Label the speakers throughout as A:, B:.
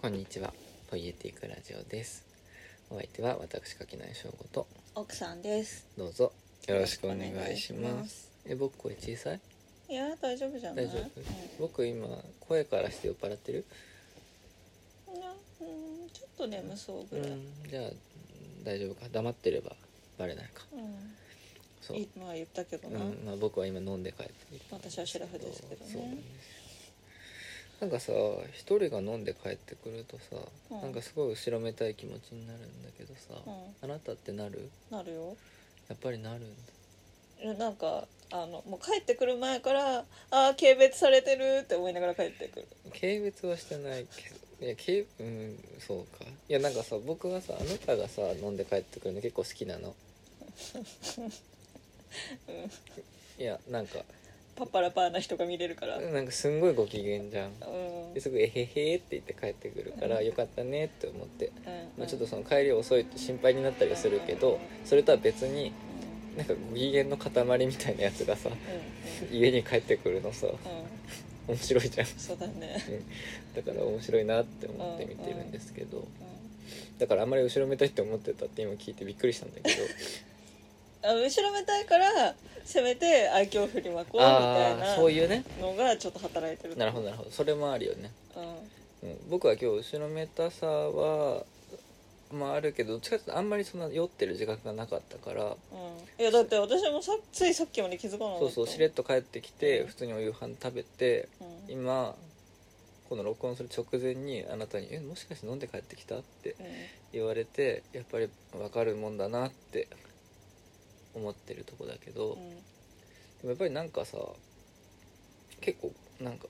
A: こんにちは。ポイエティクラジオです。お相手は私柿内翔吾と
B: 奥さんです
A: どうぞよろしくお願いし
B: お願
A: ま。
B: いしますす
A: え、僕声小さい？
B: いや大丈夫じゃない
A: 大丈夫？僕今声からして酔っ払ってる？
B: うんいやうんちょっと眠そう
A: う
B: ぐらい、うん
A: ん。じゃあ大丈夫か。黙ってればバレないか。そう。
B: いまあ言ったけど
A: う
B: な、
A: ん。まあ僕は今飲んで帰ってきたんです
B: 私はシラフですけどね
A: そうなんですなんかさ一人が飲んで帰ってくるとさ、
B: うん
A: なんかすごい後ろめたい気持ちになるんだけどさ、
B: うん
A: あなたってなる
B: なるよ
A: やっぱりなるんだ
B: いやなんかあのもう帰ってくる前からああー軽蔑されてるって思いながら帰ってくる
A: 軽蔑はしてないけどいや軽うんそうかいやなんかさ僕はさあなたがさ飲んで帰ってくるの結構好きなのいやなんか
B: パッパラパーな人が見れるからうん
A: なんかすんごいご機嫌じゃんですぐ「えへへ」って言って帰ってくる から
B: うん
A: よかったねって思って、まあ、ちょっとそ
B: の
A: の帰り遅いと心配になったりはするけどそれとは別になんかご機嫌の塊みたいなやつがさ家に帰ってくるのさ
B: うんうんうん
A: 面白いじゃん
B: そうだね
A: だから面白いなって思って見てるんですけど、
B: うん
A: だからあんまり後ろめたいって思ってたって今聞いてびっくりしたんだけど
B: あ後ろめたいからせめて愛嬌振りまこうみたい
A: ああ
B: な
A: そういうね
B: のがちょっと働いてる
A: なるほどなるほどそれもあるよね、
B: ど、うん
A: うん、僕は今日後ろめたさはまああるけどどっちかっていうとあんまりそんな酔ってる自覚がなかったから
B: うん、いやだって私もさついさっきまで気づかなかった
A: そうそうしれっと帰ってきて
B: うん
A: 普通にお夕飯食べて
B: うん
A: 今この録音する直前にあなたに「えもしかして飲んで帰ってきた?」って
B: う
A: 言われてやっぱり分かるもんだなって思ってるとこだけど、
B: んうん
A: でもやっぱりなんかさ結構なんか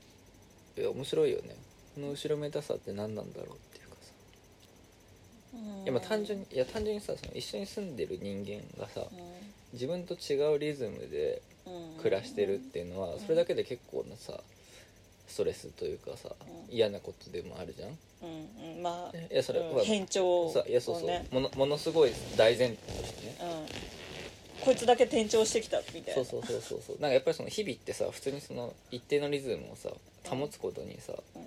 A: いや面白いよねこの後ろめたさって何なんだろうっていうかさいやまあ単純にいや単純にさその一緒に住んでる人間がさ自分と違うリズムで
B: うん
A: 暮らしてるっていうのは
B: うん
A: それだけで結構なさストレスというかさ
B: うん
A: 嫌なことでもあるじゃん
B: うん、うん、まあ
A: いやそれ
B: うん
A: ほら
B: 変調
A: さいやそうそう
B: ね
A: ものものすごい大前提としてね
B: うん、こいつだけ転調してきたみたいな
A: そうそうそうそうそうなんかやっぱりその日々ってさ普通にその一定のリズムをさ保つことにさ
B: うん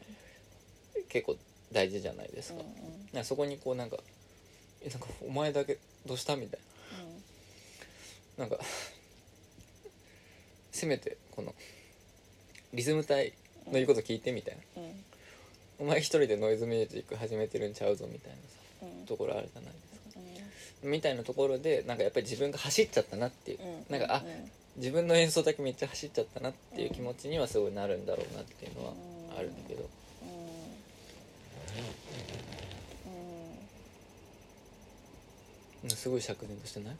A: 結構大事じゃないですか,、
B: うん
A: なんかそこにこうなんか「えなんかお前だけどうした?」みたいななんか せめてこのリズム隊の言うこと聞いてみたいな、
B: うんうん
A: お前一人でノイズミュージック始めてるんちゃうぞみたいなさ
B: うん
A: ところあるじゃないですかみたいなところでなんかやっぱり自分が走っちゃったなっていう、
B: うん
A: なんかあ
B: う
A: 自分の演奏だけめっちゃ走っちゃったなっていう気持ちにはすごいなるんだろうなっていうのはあるんだけど、
B: うんうん
A: うんすごい釈然としてないう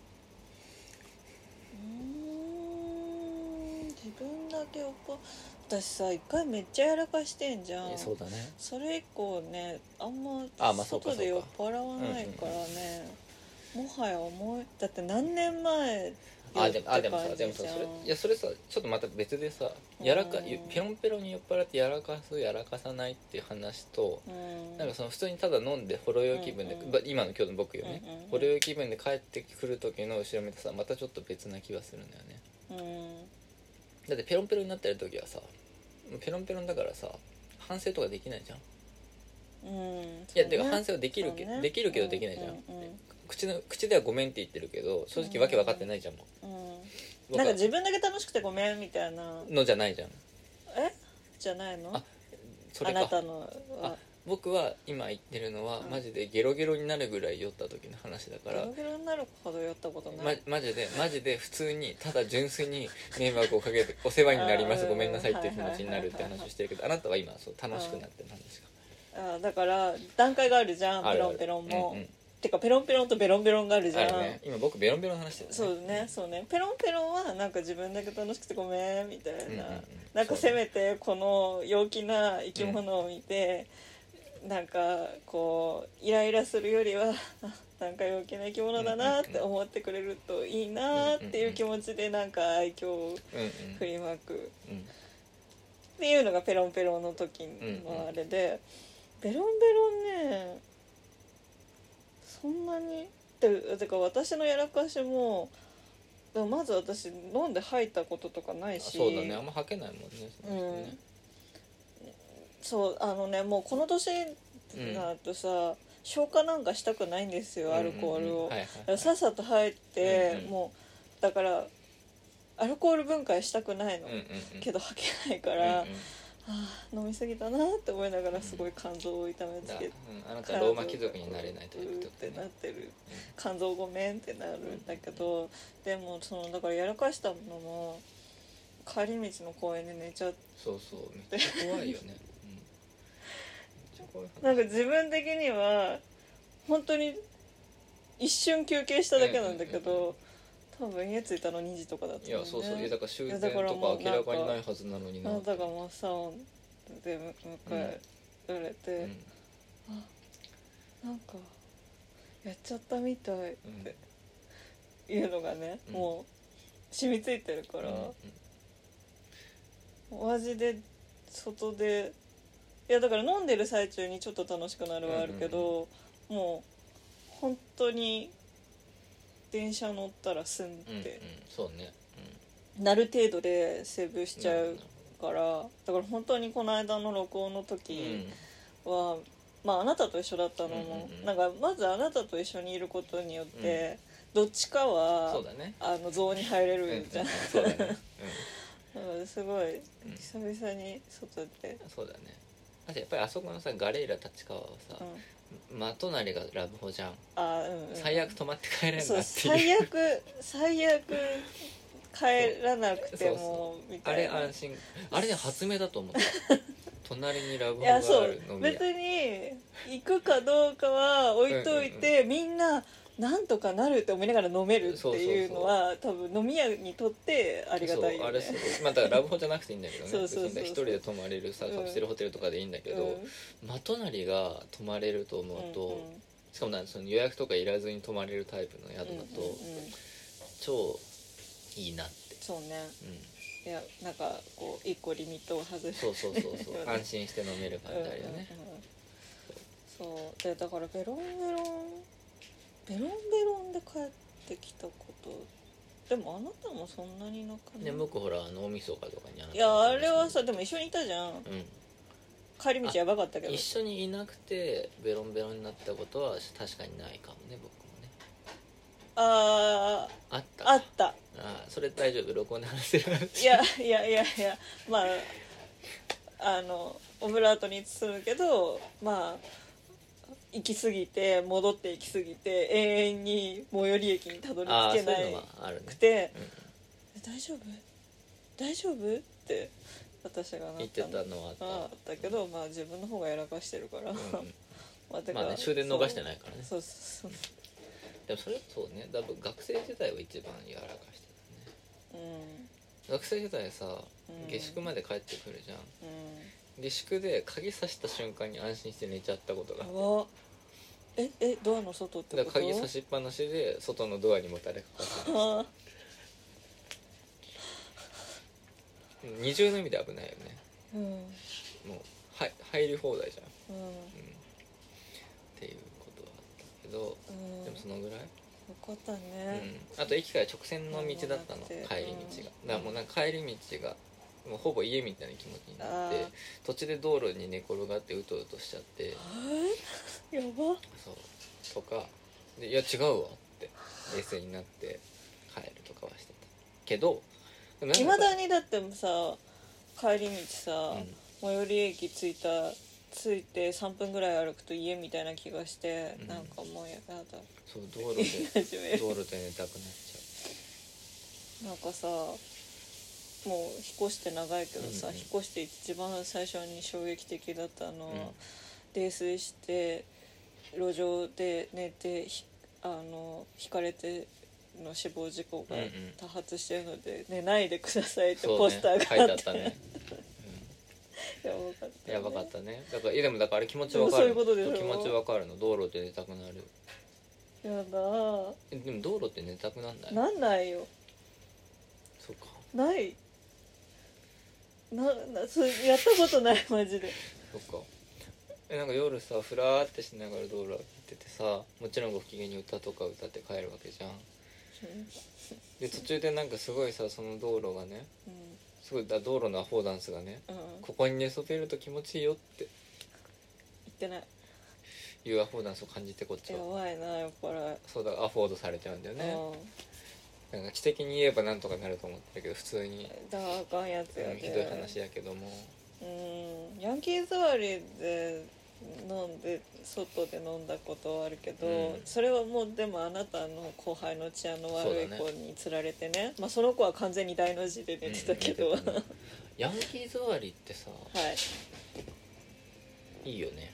B: ーん自分だけ怒私さ一回めっちゃやらかしてんじゃん
A: そうだね
B: それ以降ねあん
A: あ
B: ま
A: まあそうか
B: 外で
A: そ
B: 酔
A: う
B: っ
A: か
B: 払わないからね、もはや思いだって何年前
A: あでもあでも
B: や
A: さ
B: って
A: で
B: 感
A: もさ
B: じじゃん
A: それいやそれさちょっとまた別でさやらか
B: うん
A: ペロンペロンに酔っ払ってやらかすやらかさないっていう話と
B: うん
A: なんかその普通にただ飲んでほろ酔い気分で、
B: うんうん
A: ば今の今日の僕よね、
B: うんうんうん
A: ほろ酔い気分で帰ってくる時の後ろめたさまたちょっと別な気がするんだよね
B: うん
A: だってペロンペロンになってる時はさペロンペロンだからさ反省とかできないじゃんい
B: うん
A: や、てか反省はできるけ
B: そうね
A: できるけどできないじゃん、
B: うんうんうん
A: 口の口ではごめんって言ってるけど正直わけ分かってないじゃんも
B: う
A: うん
B: なんか自分だけ楽しくてごめんみたいな
A: のじゃないじゃん
B: えじゃないの
A: あそ
B: あ
A: れ
B: な
A: か
B: たのは
A: あ僕は今言ってるのは、
B: うん
A: マジでゲロゲロになるぐらい酔った時の話だか
B: ゲ
A: ら
B: ロ、ゲロになるほど酔ったこと
A: ま
B: ない、、
A: マジでマジで普通にただ純粋に迷惑をかけてお世話になりま
B: う
A: す
B: ん
A: ごめんなさいっていう気持ちになるって話をしてるけどあなたは今そう楽しくなってる話
B: あだから段階があるじゃん
A: があ
B: ペ
A: るあ
B: ロ
A: る
B: ンペロンも、
A: うんうん
B: てかペロンペロンとベロンベロンがあるじ
A: あ
B: ゃん
A: るね今僕ベロンベロンの話してるね
B: そうねそうねペロンペロンはなんか自分だけ楽しくてごめんみたいな、
A: うんうんうん
B: なんかせ
A: そう
B: めてこの陽気な生き物を見て、なんかこうイライラするよりは あなんか陽気な生き物だなって思ってくれるといいなっていう気持ちでなんか愛嬌
A: う
B: を
A: んうん
B: 振りまく
A: うん
B: っていうのがペロンペロンの時のあれで、ペロンペロンねそんなにててか私のやらかしもでもまず私飲んで吐いたこととかない
A: あ
B: し
A: そうだねあんま吐けないもんね
B: うんそうあのねもうこの年
A: うん
B: なとさ消化なんかしたくないんですよアルコールを、
A: うんうんうんはいはいはい
B: さっさと入って、
A: うんうん
B: もうだからアルコール分解したくないの、
A: うんうんうん
B: けど吐けないか
A: う
B: ら、
A: んうん
B: はあ飲みすぎたなって思いながらすごい肝臓を痛めつ
A: だ
B: けて
A: うんあなたローマ貴族になれないという
B: っ
A: こと
B: て
A: で
B: なっ
A: ね
B: てる肝臓ごめんってなるんだけどでもそのだからやらかしたものも帰り道の公園で寝ちゃって
A: そうそうめっちゃ怖いよねうん めっちゃ怖い
B: なんか自分的には本当に一瞬休憩しただけなんだけど多分家着いたの2時とかだった
A: い
B: もん
A: やそうそういやだから終点と
B: いやだからもう
A: か
B: なん
A: 明
B: から
A: かにないはずなのにな
B: なんだかもうさでむ迎えられて、
A: うん
B: あなんかやっちゃったみたいっ
A: うん
B: ていうのがね、
A: うん
B: もう染みついてるか
A: う
B: ら、
A: ん
B: お味で外でいやだから飲んでる最中にちょっと楽しくなるはあるけど、もう本当に電車乗ったらすんっ
A: うんうん
B: て、
A: そうね
B: なる程度でセーブし
A: し
B: ちゃうから、だから本当にこの間の録音の時、は、まあ、あなたと一緒だったのも、
A: うんうんうん
B: なんかまずあなたと一緒にいることによって、どっちか
A: そ
B: は
A: うだね
B: あのゾーンに入れ
A: うんう
B: る
A: ん
B: じゃん、
A: そうだね
B: だからすご
A: う
B: い
A: んうん
B: 久々に外で、
A: そうだねあとやっぱりあそこのさガレイラ立川はさ
B: うん、
A: 真隣がラブホじゃん
B: あうん、うん、
A: 最悪泊まって帰れん
B: そ
A: な
B: う
A: っていう
B: 最悪最悪帰らなくてもみ
A: あ
B: たい
A: れ
B: な
A: 安心あれね発明だと思った 隣にラブホ
B: い
A: があ
B: やそう
A: る飲み屋
B: 別に行くかどうかは置いといて、みんななんとかなるって思いながら飲めるっていうのは多分飲み屋にとってありがた
A: そう
B: い
A: あ
B: よね
A: れすごいまあだからラブホじゃなくていいんだけどね
B: そうそうそう
A: 別にね一人で泊まれるさ
B: うん
A: カプセルホテルとかでいいんだけど、真隣が泊まれると思うと、しかもなんかその予約とかいらずに泊まれるタイプの宿
B: うんうん
A: だと、
B: うんうん
A: 超いいなって、
B: そうね
A: う
B: いやなんかこう一個リミットを外
A: ん、
B: す
A: そうそうそうそう 安心して飲める感じあるよね、
B: うんうんうんそうでだからベロンベロンベロンベロンで帰ってきたことでもあなたもそんなになく
A: で
B: ない
A: 僕ほら脳みそかとかにあなた
B: いやあれはさでも一緒にいたじゃん
A: う
B: 帰り道やばかったけ
A: ん
B: ど
A: 一緒にいなくてベロンベロンになったことは確かにないかもね僕もね
B: あ
A: あっ
B: ー
A: た
B: あった
A: あそれ大丈夫録音で話せる
B: いやいやいやいやまああのオブラートに包むけどまあ行き過ぎて戻って行き過ぎて永遠に最寄り駅にたどり
A: ああそう
B: 着けな
A: いうの
B: い
A: はあるね
B: くて
A: うん
B: 「大丈夫大丈夫?」って私がな
A: 言ってたのはあ
B: あ
A: っ
B: だけどまあ自分の方がやらかしてるから、
A: た、うん
B: まあ
A: う
B: て
A: ん、
B: か
A: まあね終電逃してないからね
B: そうそうそ
A: でもそれそうね多分学生時代は一番やらかしてたね
B: ううん
A: 学生時代さ
B: うん
A: 下宿まで帰ってくるじゃん、
B: うん
A: 下宿で鍵さした瞬間に安心して寝ちゃったことが
B: やばええドアの外って
A: だ
B: こ
A: か
B: と
A: ら鍵さしっぱなしで外のドアにもたれかかって
B: あ
A: たうん二重の意味で危ないよね
B: ーうん
A: もうはい入り放題じゃん、
B: うん
A: うん、っていうことはあったけど
B: うん
A: でもそのぐらい
B: よかったね、
A: うん、あと駅から直線の道だったの
B: うん
A: 帰り道が
B: うん
A: だからもうなんか帰り道がもうほぼ家みたいな気持ちになって
B: あー
A: 途中で道路に寝転がってうとうとしちゃって
B: えー やば
A: そうとかでいや違うわって冷静になって帰るとかはしてたけどい
B: いまだにだってさ帰り道さ、
A: うん
B: 最寄り駅着いた着いて3分ぐらい歩くと家みたいな気がして、
A: うん
B: なんかもうやだ
A: そう道路
B: 言い
A: で
B: 始める
A: 道路で寝たくなっちゃ
B: なんかさもう引っ越して長いけどさ、
A: うんうん
B: 引っ越して一番最初に衝撃的だったのは、
A: うん
B: 泥酔して路上で寝てひあのひかれての死亡事故が
A: うんうん
B: 多発してるので、寝ないでくださいっ
A: う
B: て
A: そ
B: ポ
A: う
B: ス
A: ね
B: ター
A: 書い
B: が
A: て
B: あ
A: あ
B: っ
A: った
B: て、
A: ね
B: や
A: やば
B: ば
A: か
B: か
A: っ
B: った
A: ねだからいやでもだからあれ気持ちわかる
B: でもそういうことでし
A: 気
B: ょ
A: 持ちわかるの道路で寝たくなる
B: たやだ
A: えでも道路って寝たくなんない
B: なんないよ
A: そうか
B: ないななそれやったことない マジで
A: そっかえなんか夜さふらーってしながら道路歩いててさもちろんご機嫌に歌とか歌って帰るわけじゃんで途中でなんかすごいさその道路がね
B: う
A: すごいだ道路のアフォーダンスがね
B: んうん
A: こ
B: 行
A: こに寝そべると気持ちいいよって
B: ってない
A: いうアフォーダンスを感じてこっち
B: や
A: は
B: ばいな酔っ払い
A: そうだアフォードされちゃうんだよね
B: う
A: なんか知的に言えばなんとかなると思ってるけど普通に
B: んだからあかんやつや
A: うん
B: で
A: ひどい話やけども
B: うんヤンキー座りで飲んで外で飲んだことはあるけど、
A: うん
B: それはもうでもあなたの後輩の治安の悪い
A: そうだ
B: 子につられてねまあその子は完全に大の字で寝てたけど、
A: うん
B: は
A: 寝てたねヤンキー座りってさ
B: い
A: いいよね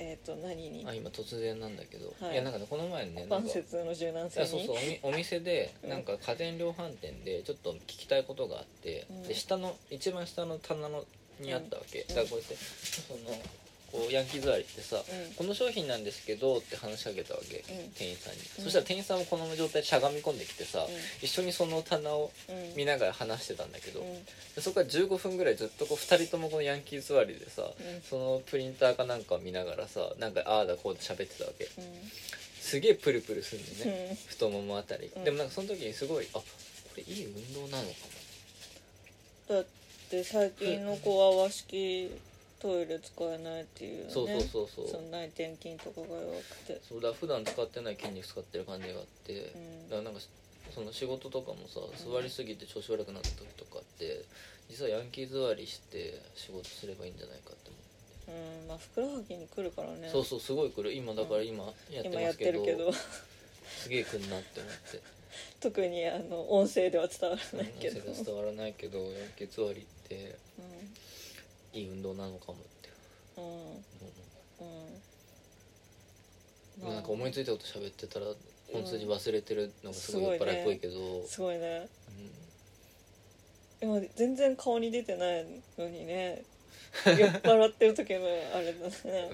B: えっ、と何に
A: あ今突然なんだけど、
B: はい
A: い、やなんかねこの前ねなん
B: 関
A: か
B: 節の柔軟
A: い
B: 性
A: や
B: に
A: そうそうおみお店で
B: うん
A: なんか家電量販店でちょっと聞きたいことがあって、
B: うん
A: で下の一番下の棚のにあったわけ、
B: ん
A: だからこうやってそのこうヤンキー座りってさ、
B: うん
A: この商品なんですけどって話しかけたわけ、
B: うん
A: 店員さんに、
B: うん
A: そしたら店員さんもこの状態でしゃがみ込んできてさ、一緒にその棚を
B: うんうん
A: 見ながら話してたんだけど、
B: うん
A: でそこから15分ぐらいずっとこう2人ともこのヤンキー座りでさ
B: うん
A: そのプリンターかなんかを見ながらさなんかああだこうだ喋ってたわけ
B: うん
A: すげえプルプルするんだよね、
B: うん
A: 太ももあたり、
B: うん
A: でもなんかその時にすごいあこれいい運動なのか
B: だって最近の子は和式トイレ使えないっていう、ね、
A: も、そうそうそうそ
B: そうの内転筋とかが弱くて
A: そうだ普段使ってない筋肉使ってる感じがあって、
B: う
A: だ
B: ん
A: からなんかその仕事とかもさ座りすぎて調子悪くなった時とかって実はヤンキー座りして仕事すればいいんじゃないかって思う、
B: うんまあふくらはぎに来るからね
A: そうそうすごいくる今だから今やって
B: 今
A: ま
B: やっ
A: すけ
B: て
A: ど,、
B: るけど
A: すげえくんなって思って
B: 特にあの音声では伝わら ないけ
A: 汗
B: ど、
A: が伝わらないけどヤンキー座りっていい運動なのかもって
B: うんうん
A: 思う
B: うん
A: なんか思い
B: い
A: ついたこと喋ってたら本筋忘れてるのがすごい酔っ払いっぽいけど、うん
B: すごいね今全然顔に出てないのにね酔っ払ってる時のあれ
A: う
B: だ
A: ん
B: ね、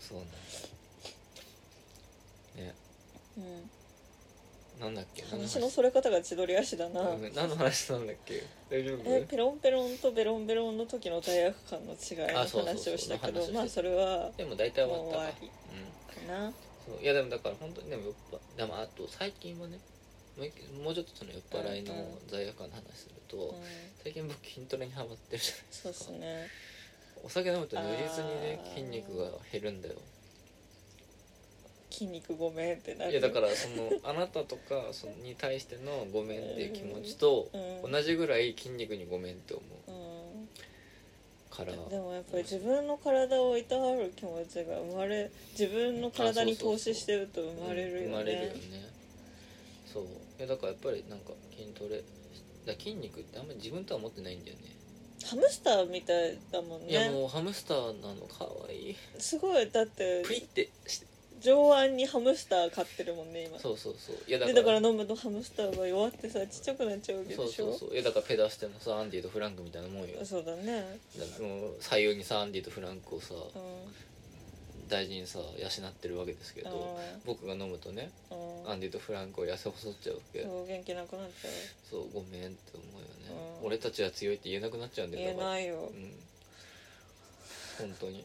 A: そうなんだね
B: うん、
A: なんだっけ何
B: 話のそれ方が千鳥足だな、
A: 話うん何の話なんだっけ大丈夫
B: えペロンペロンとベロンベロンの時の罪悪感の違いの
A: あそうそう
B: 話
A: そう
B: をしたけ
A: の話をして
B: ど
A: た
B: まあそれは
A: でも大体終わ
B: もう
A: った
B: 終
A: か
B: わりかな
A: うんそういやでもだから本当にでも酔っ払でもあと最近はねもう一もうちょっとその酔っ払いの
B: うんうん
A: 罪悪感の話すると、
B: うん
A: 最近僕筋トレにハマってるじゃないです
B: そう
A: か
B: ですね
A: お酒飲むと如実にね
B: あー
A: 筋肉が減るんだよ
B: 筋肉ごめんってなる
A: いやだからそのあなたとかそのに対してのごめんっていう気持ちと
B: うん
A: 同じぐらい筋肉にごめんって思う
B: うん
A: から
B: でもやっぱり自分の体をいたわる気持ちが生まれ自分の体に投資してると生まれるよね
A: 生まれるよねそういやだからやっぱりなんか筋トレだから筋肉ってあんまり自分とは思ってないんだよね
B: ハムスターみたいだもん
A: いや
B: ね
A: もうハムスターなのかわいい
B: すごいだって
A: プリってして
B: 上腕にハムスター飼ってるもんね今
A: そうそうそういやだか
B: で
A: ら
B: だから飲むとハムスターが弱ってさちっちゃくなっちゃうわけ
A: そう
B: でしょ
A: そうそういやだからペダステのさアンディとフランクみたいなもんよだか
B: そうだね
A: らもう左右にさアンディとフランクをさ
B: う
A: 大事にさ養ってるわけですけ
B: ん
A: ど僕が飲むとね
B: うんうん
A: アンディとフランクを痩せ細っちゃうわけ、
B: そう元気なくなっちゃう
A: そうごめんって思うよね、
B: うん
A: 俺たちは強いって言えなくなっちゃうんだ
B: 言
A: よ
B: え
A: だから
B: ないよ
A: うん本当に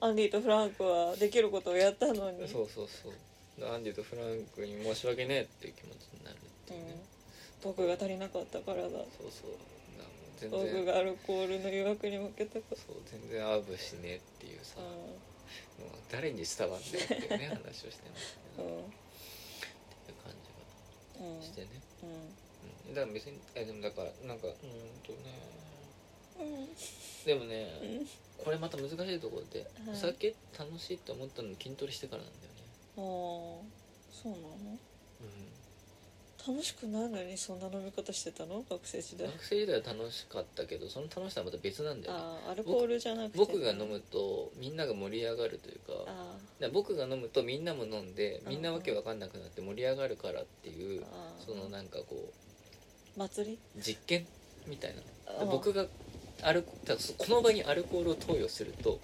B: アンディとフランクはできることをやったのに
A: そうそうそうアンディとフランクに申し訳ねえっていう気持ちになるっていうね、
B: 僕が足りなかったからだ
A: そうそうなもう全
B: 僕
A: 然
B: がアルコールの誘惑に負けたか
A: そう全然アブしねえっていうさ、
B: ら
A: もう誰に伝わってるって いうね話をしてますけど
B: うん
A: っ
B: うん
A: ていう感
B: うん
A: じがしてね、
B: う
A: うん、だから別にえでもだからなんかうーんとね
B: んうん
A: でもね、これまた難しいところで、
B: は
A: お
B: い
A: 酒楽しいと思ったの筋トレしてからなんだよね
B: あーそうなの楽しくないのにそんな飲み方してたの学生時
A: うん
B: 代
A: 学生時代は楽しかったけどその楽しさはまた別なんだよね
B: ああアルコールじゃなくて
A: 僕が飲むとみんなが盛り上がるというかだか
B: あ
A: ら僕が飲むとみんなも飲んでみんなわけわかんなくなって盛り上がるからってい
B: ー
A: う
B: あー
A: そのなんかこ
B: 祭り
A: う実験みたいな
B: あー
A: 僕がアルコだからこの場にアルコールを投与すると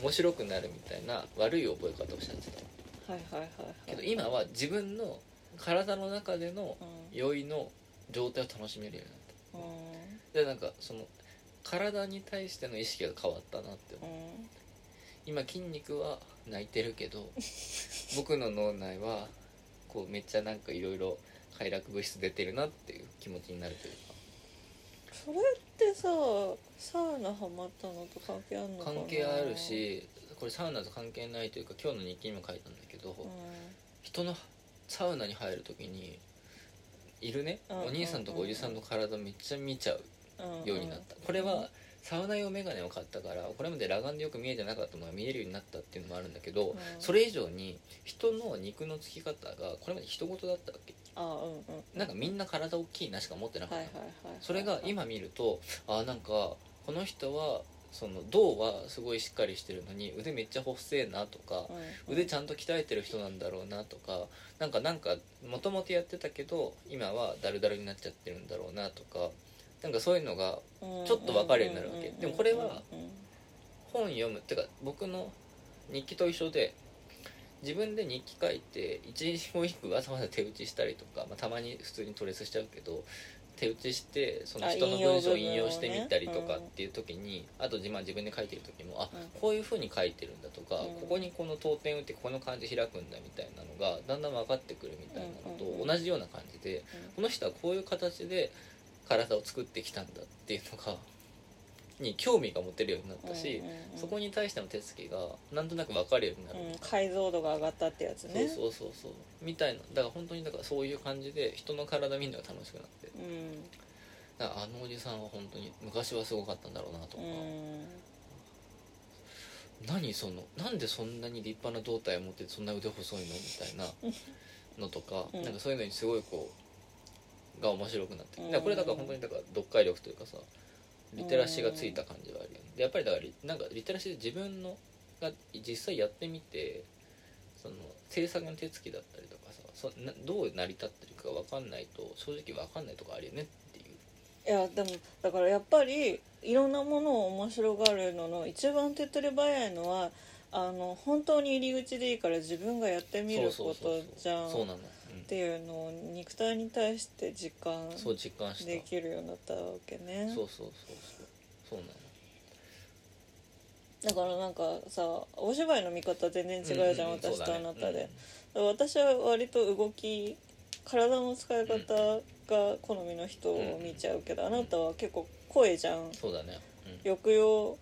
A: 面白くなるみたいな悪い覚え方をしたんですよ
B: はいはいはい
A: け
B: は
A: ど
B: い
A: 今は自分の体の中での
B: うん
A: 酔いの状態を楽しめるようになっ
B: うん
A: たでなんかその体に対しての意識が変わったなって
B: う
A: 思うん今筋肉は泣いてるけ ど僕の脳内はこうめっちゃなんかいろいろ快楽物質出てるなっていう気持ちになるという
B: それってさサウナハマったのと関係あるの
A: か
B: かな
A: 関係あるしこれサウナと関係ないというか今日の日記にも書いたんだけど、
B: う
A: 人のサウナに入る時にいるね、
B: うん
A: お兄さんとかおじさんの体めっちゃ見ちゃうんようになった、これはサウナ用メガネを買ったからこれまで裸眼でよく見えてなかったのが見えるようになったっていうのもあるんだけど、
B: うん
A: それ以上に人の肉のつき方がこれまで人事だったわけ
B: あうんうん
A: なんかみんな体大きいなしか持ってなか
B: は
A: っ
B: い
A: た
B: は
A: の、
B: いはい
A: それが今見るとあなんかこの人はその胴はすごいしっかりしてるのに腕めっちゃ細えなとか、腕ちゃんと鍛えてる人なんだろうなとかなんかなんかもともとやってたけど今はダルダルになっちゃってるんだろうなとかなんかそういうのが
B: ち
A: ちょっと分かるようになるわけでもこれは
B: うん
A: 本読むってか僕の日記と一緒で自分で日記書いて一日も一句わざわざ手打ちしたりとか、まあ、たまに普通にトレスしちゃうけど手打ちしてその人の
B: あ引用
A: 文章を
B: 部分を
A: 引
B: ね
A: 用してみたりとか
B: う
A: っ
B: ん
A: ていう時に、あと自,、まあ自分で書いてる時もあ
B: うん
A: こういうふうに書いてるんだとか、
B: うん
A: ここにこの当点打ってここの漢字開くんだみたいなのがだんだん分かってくるみたいなの
B: うんうんう
A: と
B: ん
A: 同じような感じでこの人はこういう形で体を作ってきたんだっていうのがに興味が持てるようになったし、
B: うんうんうん
A: そこに対しての手つきがなんとなく分かるようになる、
B: うん解像度が上がったってやつね
A: そうそうそうそうみたいなだから本当にだからそういう感じで人の体見るのが楽しくなって
B: うん
A: だからあのおじさんは本当に昔はすごかったんだろうなと
B: う
A: か、
B: ん
A: 何そのなんでそんなに立派な胴体を持ってそんな腕細いのみた いなのとか、
B: うん
A: なんかそういうのにすごいこうが面白くなって、
B: うん
A: だからこれだから本当にだから読解力というかさリテラシーがついた感じはあるよねでやっぱりだからリなんかリテラシーで自分のが実際やってみてその制作の手つきだったりとかさそなどう成り立ってるか分かんないと正直分かんないとこあるよねっていう
B: いやでもだからやっぱりいろんなものを面白がるのの一番手っ取り早いのはあの本当に入り口でいいから自分がやってみる
A: そう
B: こ
A: そう
B: と
A: そう
B: じゃんっ
A: そうなの、
B: ていうのを肉体に対して実感
A: うん、そう実感した
B: できるようになったわけね
A: そうそうそうそうそうなの
B: だからなんかさお芝居の見方全然違うじゃん、私とあなたで、私は割と動き体の使い方が好みの人を見ちゃうけど、あなたは結構声じゃん
A: そうだねうん
B: 抑揚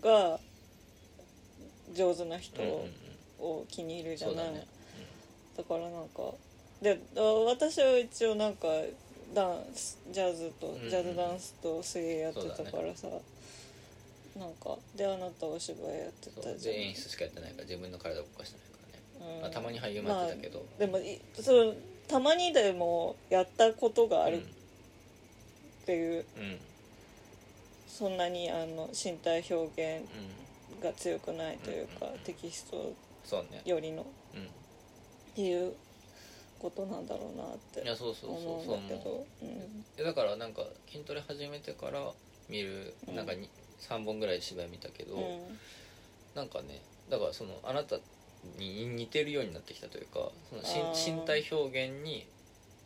B: が上手な人
A: うんうんうん
B: を気に入るじゃ
A: そう
B: ない、
A: だ
B: だ
A: ね
B: からなんかであ私は一応なんかダンスジャズと、
A: うんうん
B: ジャズダンスと水泳やって
A: そ
B: た
A: うだね
B: からさ、なんかであなたお芝居やって
A: そう
B: たじゃん
A: で演出しかやってないから自分の体を動かしてないからね、
B: うん
A: まあ、たまに俳優もやってたけど、
B: でもいそのたまにでもやったことがあるっていう、
A: うんうんうん
B: そんなにあの身体表現が強くないという
A: う
B: か、
A: んうん
B: テキスト
A: そうね
B: よりのっ
A: うん
B: ていうことなんだろうなっ
A: い
B: て
A: やそうそう
B: 思
A: そううんそう
B: だ
A: 思
B: けどう
A: うだからなんか筋トレ始めてから見る
B: うん
A: なんかに、3本ぐらい芝居見たけど、
B: ん
A: なんかねだからそのあなたに似てるようになってきたというかその
B: あ
A: 身
B: ー
A: 身体表現に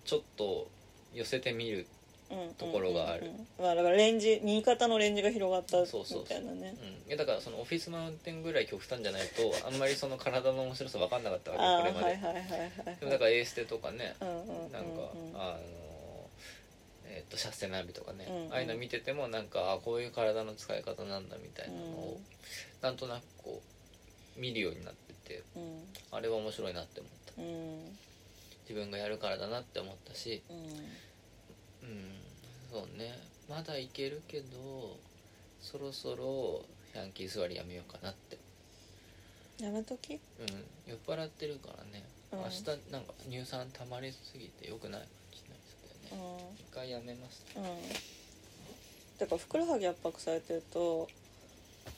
A: ちょっと寄せてみる
B: うんうん
A: ところがある
B: うんうんまあ、だからレンジ右肩のレンジが広がったみ
A: そうそうそう
B: たいなね
A: うんいやだからそのオフィスマウンテンぐらい極端じゃないとあんまりその体の面白さ分かんなかったわけ
B: ああ
A: こ
B: は
A: れ
B: い
A: ま
B: は
A: で、
B: いはいはい
A: でもだからエーステとかね
B: うんうんうん
A: なんか、
B: うん
A: あのえっとシャステナビとかね、
B: うんうん
A: ああいうの見ててもなんかあこういう体の使い方なんだみたいなのを、なんとなくこう見るようになってて
B: うん
A: あれは面白いなって思った
B: うんうん
A: 自分がやるからだなって思ったし
B: うん
A: うんそうねまだいけるけどそろそろヤンキー座りやめようかなって
B: やめとき
A: うん酔っ払ってるからね、
B: うん
A: 明日なんか乳酸溜まりすぎてよくない感じになりそうだ
B: う
A: よね、
B: ん
A: 一回やめます
B: うんだからふくらはぎ圧迫されてると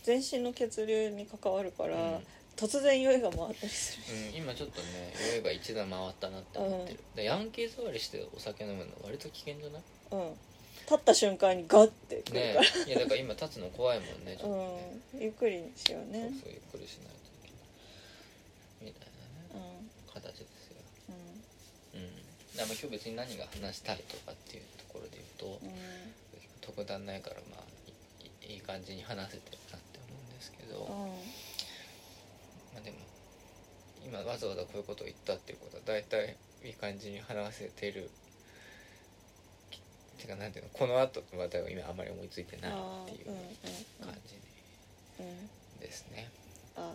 B: 全身の血流に関わるから、
A: うん
B: 突然酔いが回ったりす
A: うん、今ちょっとね酔いが一段回ったなって思ってる、でヤンキー座りしてお酒飲むの割と危険じゃない
B: る、うん、立った瞬間にガッてくる
A: ねえいやだから今立つの怖いもんねちょっとね、
B: うん、ゆっくりにしようね
A: そうそうゆっくりしないといけないみたいなね形ですよ
B: う
A: う
B: ん
A: ん、でも今日別に何が話したいとかっていうところで言うと
B: うん
A: 特段ないからまあいいいい感じに話せてるなって思うんですけど、
B: うん
A: まあ、でも今わざわざこういうことを言ったっていうことは大体いい感じに話せてるてかなんていうのこの後の話題は今あんまり思いついてない
B: あ
A: って
B: ー
A: いう
B: うんうん
A: 感じ
B: うん
A: ですね。
B: あ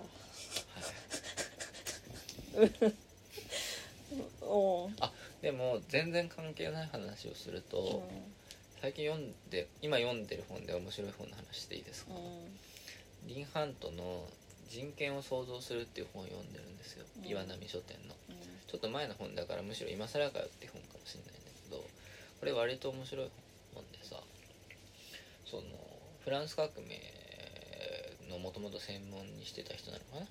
B: ーおう
A: でも全然関係ない話をすると、最近読んで今読んでる本で面白い本の話していいですか
B: う、んうん
A: リンハントの「人権を創造する」っていう本を読んでるんですよ、
B: うん
A: 岩波書店の
B: うん
A: ちょっと前の本だからむしろ今更かよって本かもしれないんだけどこれ割と面白い本でさそのフランス革命のもともと専門にしてた人なのかな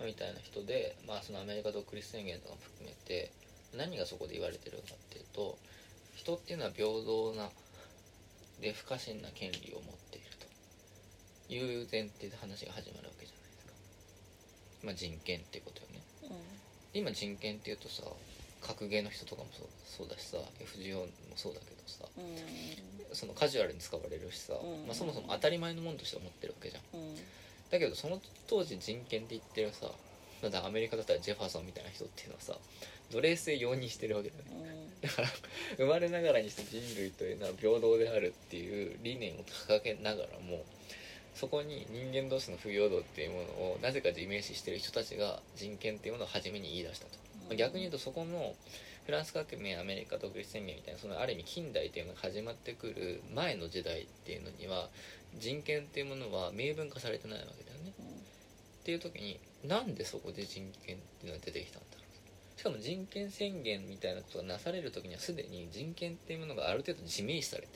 B: うん
A: みたいな人で、まあ、そのアメリカ独立宣言とかも含めて何がそこで言われてるかっていうと人っていうのは平等なで不可侵な権利を持っているという前提で話が始まるわけじゃないですか、まあ、人権っていうことよね
B: う
A: 今人権っていうとさ格ゲーの人とかもそうそうだしさ FGO もそうだけどさ
B: ん
A: そのカジュアルに使われるしさ、
B: うん
A: まあ、そもそも当たり前のもんとして思ってるわけじゃん
B: うんうん
A: だけどその当時人権って言ってるさなんだアメリカだったらジェファーソンみたいな人っていうのはさ奴隷制容認してるわけだよねだから生まれながらにして人類というのは平等であるっていう理念を掲げながらもそこに人間同士の不平等っていうものをなぜか自明視してる人たちが人権っていうものを初めに言い出したと、まあ逆に言うとそこのフランス革命アメリカ独立宣言みたいなそのある意味近代っていうのが始まってくる前の時代っていうのには人権っていうものは明文化されてないわけだよねっていう時になんでそこで人権っていうのが出てきたんだろうしかも人権宣言みたいなことがなされる時にはすでに人権っていうものがある程度自明視されて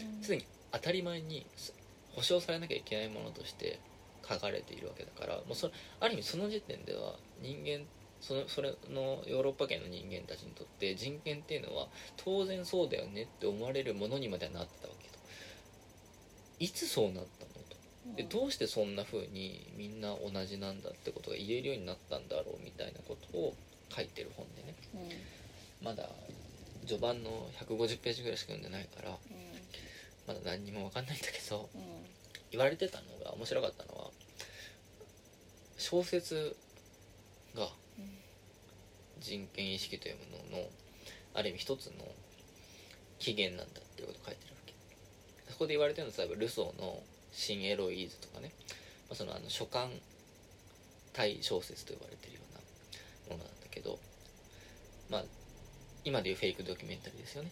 A: いる
B: うん
A: すでに当たり前にす保障されなきゃいけないものとして書かれているわけだからもうそれある意味その時点では人間そのそれのヨーロッパ圏の人間たちにとって人権っていうのは当然そうだよねって思われるものにまではなってたわけといつそうなったのとでどうしてそんな風にみんな同じなんだってことが言えるようになったんだろうみたいなことを書いてる本でね
B: うんうん
A: まだ序盤の150ページぐらいしか読んでないからまだ何にも分かんないんだけど
B: うん
A: 言われてたのが面白かったのは小説が
B: うん
A: 人権意識というもののある意味一つの起源なんだっていうことを書いてるわけそこで言われてるのは例えばルソーの「新エロイーズ」とかね、まあ、そのあの書簡対小説と呼ばれてるようなものなんだけどまあ今でいうフェイクドキュメンタリーですよね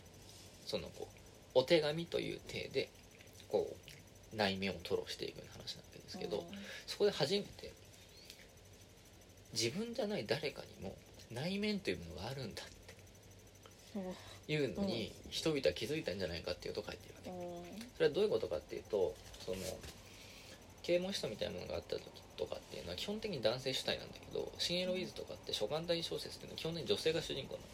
A: そのこうお手紙という体でこう内面を吐露していくような話なわけですけど、そこで初めて自分じゃない誰かにも内面というものがあるんだっ
B: うんうん
A: ていうのに人々は気づいたんじゃないかっていうことを書いてるわけ
B: うん
A: それはどういうことかっていうとその啓蒙思想みたいなものがあった時とかっていうのは基本的に男性主体なんだけど「新エロイズ」とかって初眼大小説っていうのは基本的に女性が主人公なの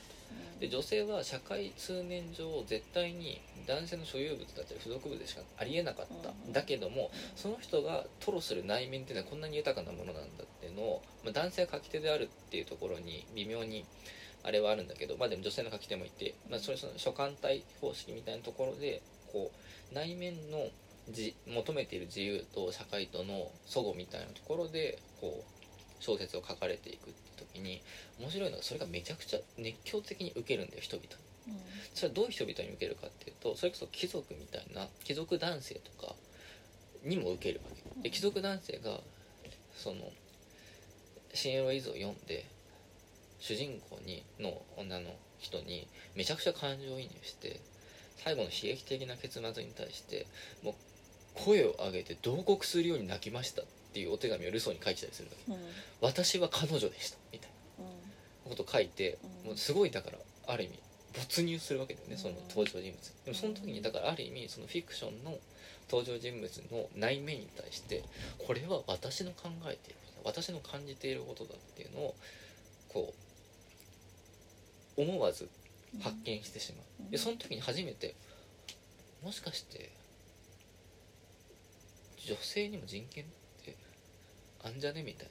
A: で女性は社会通念上絶対に男性の所有物だったり付属物でしかありえなかった、
B: うん
A: だけどもその人が吐露する内面っていうのはこんなに豊かなものなんだっていうのを、まあ、男性は書き手であるっていうところに微妙にあれはあるんだけど、まあ、でも女性の書き手もいて、まあ、それその所感体方式みたいなところでこう内面のじ求めている自由と社会との齟齬みたいなところでこう小説を書かれていくって時に面白いのがそれがめちゃくちゃ熱狂的に受けるんだよ人々に。
B: うん
A: それはどういう人々に受けるかっていうとそれこそ貴族みたいな貴族男性とかにも受けるわけで貴族男性がその「新エロイズ」を読んで主人公にの女の人にめちゃくちゃ感情移入して最後の悲劇的な結末に対してもう声を上げて同国するように泣きましたっていうお手紙をルソーに書いてたりするわけ
B: うんうん
A: 私は彼女でしたみたいなことを書いて、
B: うん
A: もうすごいだからある意味没入するわけだよね
B: うん
A: その登場人物にでもその時にだからある意味そのフィクションの登場人物の内面に対してこれは私の考えていることだ私の感じていることだっていうのをこう思わず
B: うん
A: 発見してしまう
B: うん
A: でその時に初めてもしかして女性にも人権ってあんじゃねみたい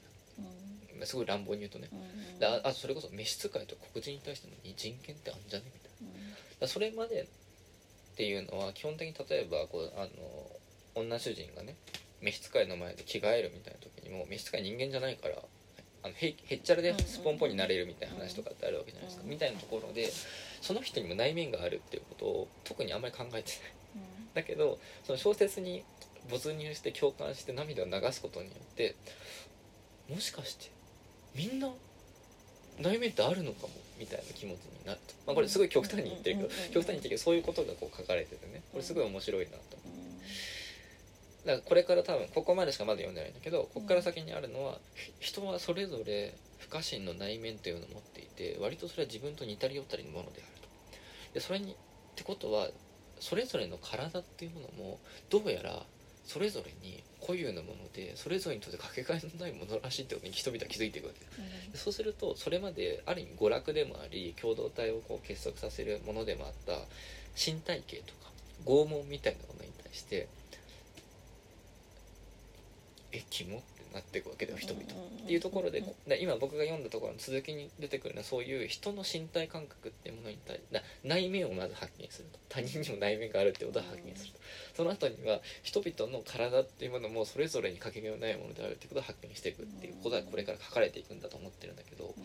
B: うん
A: なすごい乱暴に言うとね
B: うん
A: でああとそれこそ召使いと黒人に対しての人権ってあんじゃねみたいなだか
B: うん
A: らそれまでっていうのは基本的に例えばこうあの女主人がね召使いの前で着替えるみたいな時にも召使い人間じゃないからあのへいへっちゃらでスポンポンになれるみたいな話とかってあるわけじゃないですか
B: うん
A: みたいなところでその人にも内面があるっていうことを特にあんまり考えてない
B: うん
A: だけどその小説に没入して共感して涙を流すことによってもしかしてみんな内面ってあるのかもみたいな気持ちになった、まあ、これすごい極端に言ってるけど
B: うんうんうんうん
A: 極端に言ってるけどそういうことがこう書かれててねこれすごい面白いなと思って
B: う
A: だからこれから多分ここまでしかまだ読んでないんだけどここから先にあるのはひ人はそれぞれ不可侵の内面というのを持っていて割とそれは自分と似たり寄ったりのものであるとでそれにってことはそれぞれの体っていうものもどうやらそれぞれに固有なものでそれぞれにとってかけがえのないものらしいってことに人々は気づいていくわけだよ
B: ん
A: そうするとそれまである意味娯楽でもあり共同体をこう結束させるものでもあった身体系とか拷問みたいなものに対してえキモってなっていくわけだよ人々。っていうところでこで今僕が読んだところの続きに出てくるのはそういう人の身体感覚っていうものに対な内面をまず発見すると他人にも内面があるってことを発見すると、その後には人々の体っていうものもそれぞれにかけがえのないものであるってことを発見していくっていうことがこれから書かれていくんだと思ってるんだけど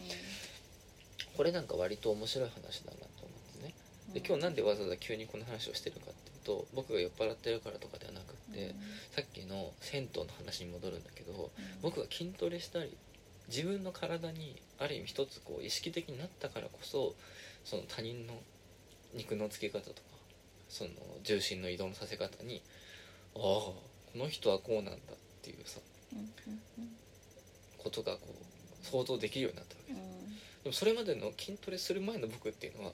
A: これなんか割と面白い話だなと思うんですね。で今日なんでわざわざ急にこの話をしてるかっていうと僕が酔っ払ってるからとかではなくって、さっきの銭湯の話に戻るんだけど、僕が筋トレしたり自分の体にある意味一つこう意識的になったからこそその他人の肉のつけ方とかその重心の移動のさせ方にああこの人はこうなんだっていうさことがこう想像できるようになったわけでもそれまでの筋トレする前の僕っていうのは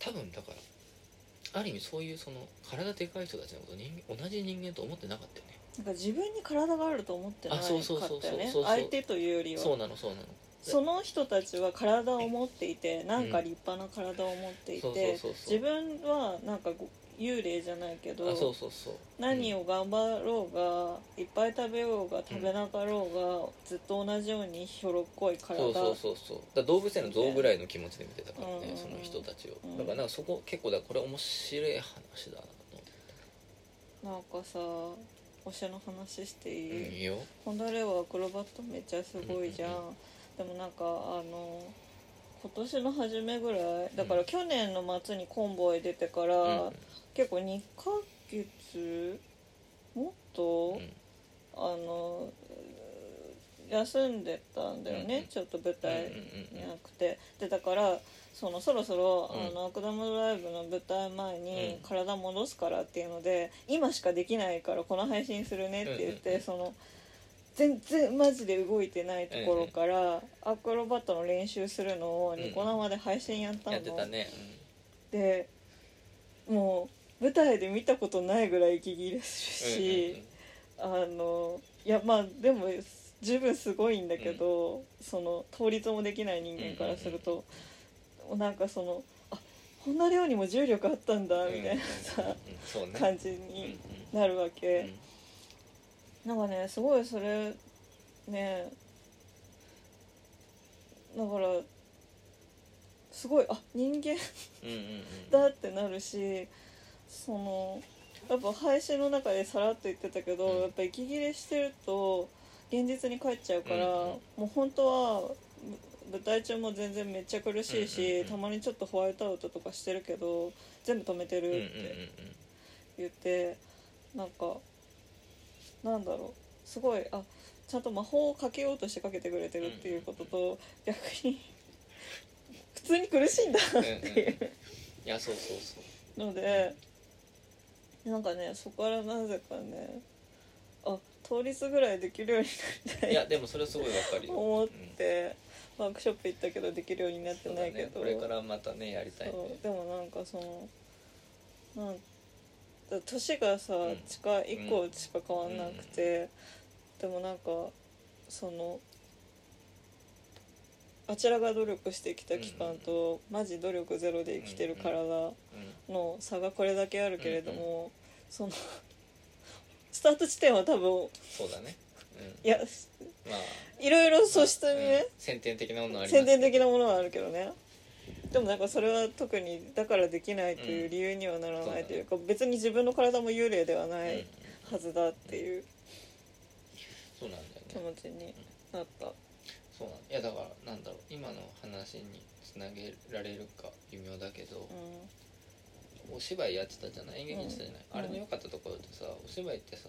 A: 多分だからある意味そういうその体でかい人たちのこと人間同じ人間と思ってなかったよね
B: なんか自分に体があると思ってなか
A: あ
B: っ
A: そうそうそう
B: たよね
A: そうそうそう
B: 相手というよりは
A: そうなのそうなの
B: その人たちは体を持っていてなんか立派な体を持ってい
A: そうそう
B: て
A: そうそう
B: 自分はなんかご幽霊じゃないけ
A: あそう
B: ど
A: そうそう
B: 何を頑張ろうがいっぱい食べようが食べなかろうがずっと同じようにひょろっこい体
A: そうそうそうそうだから動物園の象ぐらいの気持ちで見てたから
B: うんうんう
A: ね
B: ん
A: その人たちを
B: うん
A: だからなんかそこ結構だこれ面白い話だなと思って
B: なんかさ推しの話してい
A: うん
B: い、
A: いいよ
B: ホンダレオアクロバットめっちゃすごいじゃん、
A: うん
B: でもなんかあの今年の初めぐらいだから去年の末にコンボイ出てから、
A: うん
B: 結構2ヶ月もっと、
A: うん
B: あの休んでたんだよね、
A: うんうん
B: ちょっと舞台、
A: うんうんうん
B: なくてでだからそのそろそろ、
A: うん
B: あの悪玉ドライブの舞台前に
A: うん
B: 体戻すからっていうので、今しかできないからこの配信するねって言って、
A: うんうんうん
B: その全然マジで動いてないところから、アクロバットの練習するのをニコ生で配信やったの、
A: やってたね
B: でもう舞台で見たことないぐらい息切れするし。あのいやまあでも十分すごいんだけど、その倒立もできない人間からすると、なんかそのあこんな量にも重力あったんだ
A: うんうん
B: みたいなさ、
A: うんうんそうね
B: 感じ
A: うんうん
B: になるわ
A: うん
B: け、なんかねすごいそれねだからすごいあ人間
A: うんうんうん
B: だってなるしそのやっぱ配信の中でさらっと言ってたけど、
A: うん
B: やっぱ息切れしてると現実に帰っちゃうから、
A: うんうん
B: もう本当はぶ舞台中も全然めっちゃ苦しいし、
A: うんうんうん
B: たまにちょっとホワイトアウトとかしてるけど全部止めて
A: うんうんう
B: る
A: ん
B: って言って、なんかなんだろうすごいあちゃんと魔法をかけようとしてかけてくれてるっていうことと、逆に普通に苦しいんだ
A: うん
B: っ
A: うん
B: ていう。
A: いやそうそうそう
B: のでなんかねそこからなぜかねあ倒立ぐらいできるようになりたい
A: いやでもそれはすごいわかるよ
B: 思
A: う
B: っ
A: ん
B: てワークショップ行ったけどできるようになって
A: そう
B: な
A: だ
B: いけ
A: ね
B: ど
A: これからまたねやりたいね
B: そうでもなんかそのなんだ年がさ、
A: うん
B: 近い1個しか変わんなくて、でもなんかそのあちらが努力してきた期間と、マジ努力ゼロで生きてる体、
A: うん
B: の差がこれだけあるけれども、その スタート地点は多分
A: そうだねうん
B: いや
A: まあ
B: いろいろ素質に
A: うん、
B: ね
A: 先天的なものはあります
B: 先天的なものはあるけどねでもなんかそれは特にだからできないという理由にはならないというか、別に自分の体も幽霊ではな
A: うんう
B: い
A: ん
B: はずだっていう
A: そうなんだよね
B: 気持ちになった、
A: そうなんいやだからなんだろう今の話につなげられるか微妙だけど
B: う、
A: お芝居やってたじゃない演劇してたじゃない、
B: うん
A: あれの良かったところってさお芝居ってさ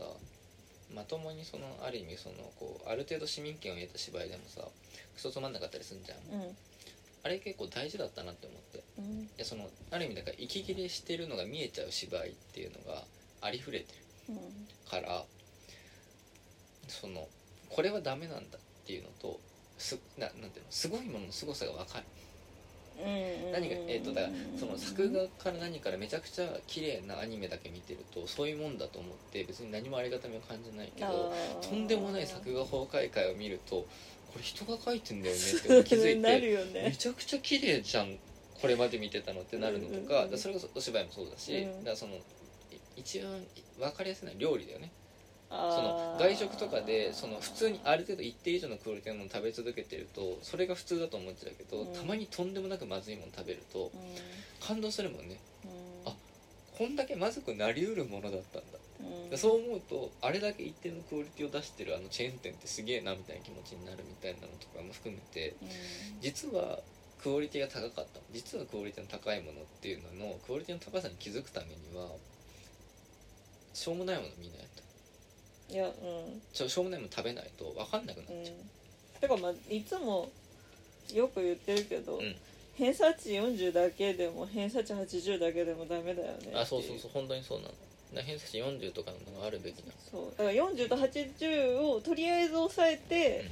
A: まともにそのある意味そのこうある程度市民権を得た芝居でもさクソつまんなかったりすんじゃん、
B: うん
A: あれ結構大事だったなって思ってい
B: うん
A: やそのある意味だから息切れしてるのが見えちゃう芝居っていうのがありふれてる
B: うん
A: からそのこれはダメなんだっていうのとすななんていうのすごいものの凄さが分かる何
B: 何
A: がえっ、とだからその作画から何からめちゃくちゃ綺麗なアニメだけ見てるとそういうもんだと思って別に何もありがたみを感じないけどとんでもない作画崩壊会を見るとこれ人が描いてんだよねって 気づい
B: な
A: て
B: るよ
A: め
B: ね
A: ちゃくちゃ綺麗じゃんこれまで見てたのってなるのとか,、
B: うんうんうん
A: それこそお芝居もそうだし、
B: うん
A: だからそのい一番分かりやすいのは料理だよね
B: そ
A: その外食とかでその普通にある程度一定以上のクオリティのものを食べ続けてるとそれが普通だと思っちゃうけど、
B: うん
A: たまにとんでもなくまずいもの食べると感動するもんねあこんだけまずくなりうるものだったんだ、そう思うとあれだけ一定のクオリティを出してるあのチェーン店ってすげえなみたいな気持ちになるみたいなのとかも含めて実はクオリティが高かった実はクオリティの高いものっていうののクオリティの高さに気づくためにはしょうもないものみんなやった
B: いやうん
A: ちょしょうもないもの食べないと分かんなくなっ
B: う
A: ちゃう、
B: んてかまあいつもよく言ってるけど、
A: うん
B: 偏差値40だけでも偏差値80だけでもダメだよねってい
A: あそうそうそう本当にそうなのだから偏差値40とかのものがあるべきなの
B: そうだから40と80をとりあえず抑えて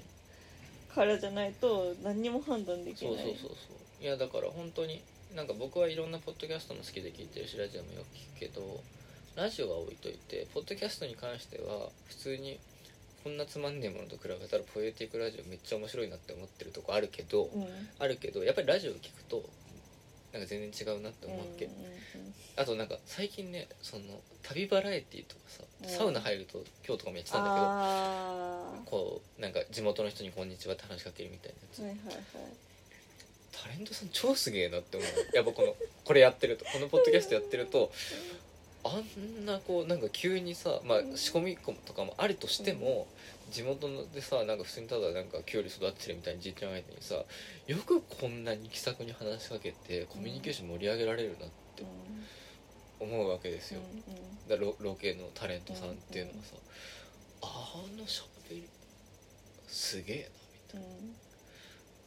B: からじゃないと何にも判断でき
A: そ
B: な
A: う
B: い
A: そうそうそういやだから本当になんか僕はいろんなポッドキャストも好きで聞いてるしラジオもよく聞くけどラジオは置いといてポッドキャストに関しては普通にこんなつまんねえものと比べたらポエティックラジオめっちゃ面白いなって思ってるとこあるけど、
B: うん、うん
A: あるけどやっぱりラジオ聞くとなんか全然違うなって思うわけ、あとなんか最近ねその旅バラエティとかさ
B: うん
A: サウナ入ると今日とかもやってたんだけど、
B: ああ
A: こうなんか地元の人に「こんにちは」って話しかけるみたいなやつ、
B: ーはいはいはい
A: タレントさん超すげえなって思うやっぱこのこれやってるとこのポッドキャストやってるとあんなこうなんか急にさまあ仕込みとかもあるとしても地元でさなんか普通にただなんかキュウリ育ってるみたいなじいちゃん相手にさよくこんなに気さくに話しかけてコミュニケーション盛り上げられるなって
B: う
A: 思うわけですよ
B: ん、うんうん
A: だロロケのタレントさんっていうのはさあのしゃべりすげえなみたいな。
B: う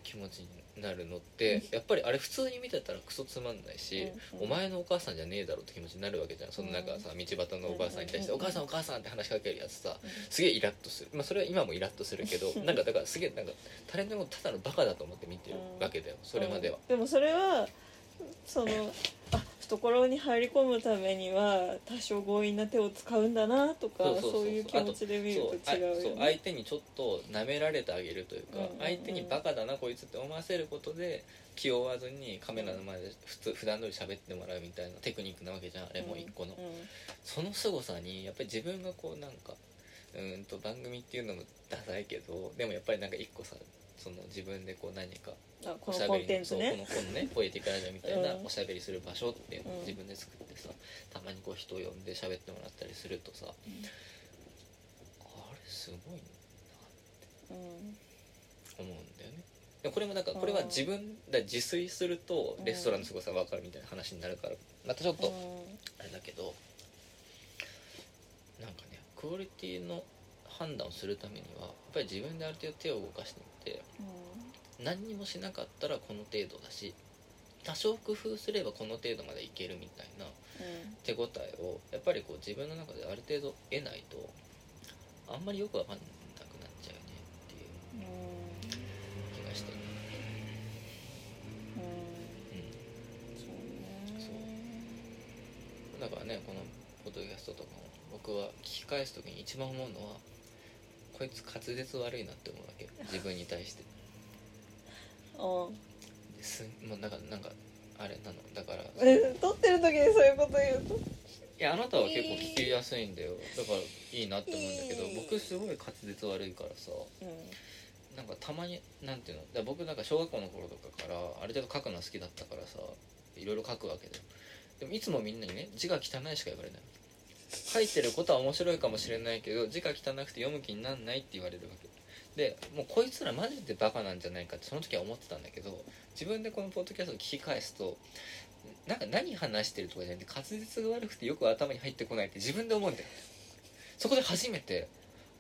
A: 気持ちになるのってやっぱりあれ普通に見てたらクソつまんないし、
B: うんうん
A: お前のお母さんじゃねえだろって気持ちになるわけじゃんそのなんかさ道端のおばあさんに対して「
B: う
A: お
B: んうんう
A: 母
B: ん
A: さんお母さん」って話しかけるやつさ
B: うん
A: すげえイラッとするまあそれは今もイラッとするけど なんかだからすげえなんかタレントもただのバカだと思って見てるわけだよそれまでは
B: うん、でもそれはそのあ懐に入り込むためには多少強引な手を使うんだなとか
A: そ
B: そうう
A: そうそうそう
B: いう気持ちで見る
A: そう
B: と
A: あ
B: 違う
A: そう
B: よね
A: 相手にちょっと舐められてあげるというか、
B: うんうんうん
A: 相手にバカだなこいつって思わせることで気負わずにカメラの前で普通普段通り喋ってもらうみたいなテクニックなわけじゃんあれも一個の、
B: うんうん
A: その凄さにやっぱり自分がこうなんかうーんと番組っていうのもダサいけどでもやっぱりなんか一個さその自分でこう何か
B: あこのコンテンツ
A: そうこ
B: ね
A: のこの ねポエティカラジオみたいな
B: うん
A: おしゃべりする場所っていうのを
B: うん
A: 自分で作ってさたまにこう人を呼んで喋ってもらったりするとさあれすごいな
B: うん
A: 思うんだよねでもこれもなんかこれは自分だ自炊するとレストランの凄さ分かるみたいな話になるからまたちょっとあれだけどなんかねクオリティの判断をするためにはやっぱり自分である程度手を動かしてみて何にもしなかったらこの程度だし多少工夫すればこの程度までいけるみたいな手応えをやっぱりこう自分の中である程度得ないとあんまりよく分かんなくなっちゃうねっていう
B: うんうんうん
A: 気がしてる、
B: うん
A: う
B: そう
A: そ
B: ね
A: ん、だからねこのポッドキャストとかも僕は聞き返す時に一番思うのはこいつ滑舌悪いなって思うわけ自分に対して。
B: うん
A: ですもうなんかなんかあれなのだからい
B: え撮ってる時にそういうこと言うと
A: やあなたは結構聞きやすいんだよだからいいなって思うんだけど僕すごい滑舌悪いからさ
B: う
A: なんかたまになんていうのだから僕なんか小学校の頃とかからある程度書くの好きだったからさいろいろ書くわけだよでもいつもみんなにね字が汚いしか言われない書いてることは面白いかもしれないけど字が汚くて読む気になんないって言われるわけでもうこいつらマジでバカなんじゃないかってその時は思ってたんだけど自分でこのポッドキャストを聞き返すとなんか何話してるとかじゃなくて滑舌が悪くてよく頭に入ってこないって自分で思うんだよそこで初めて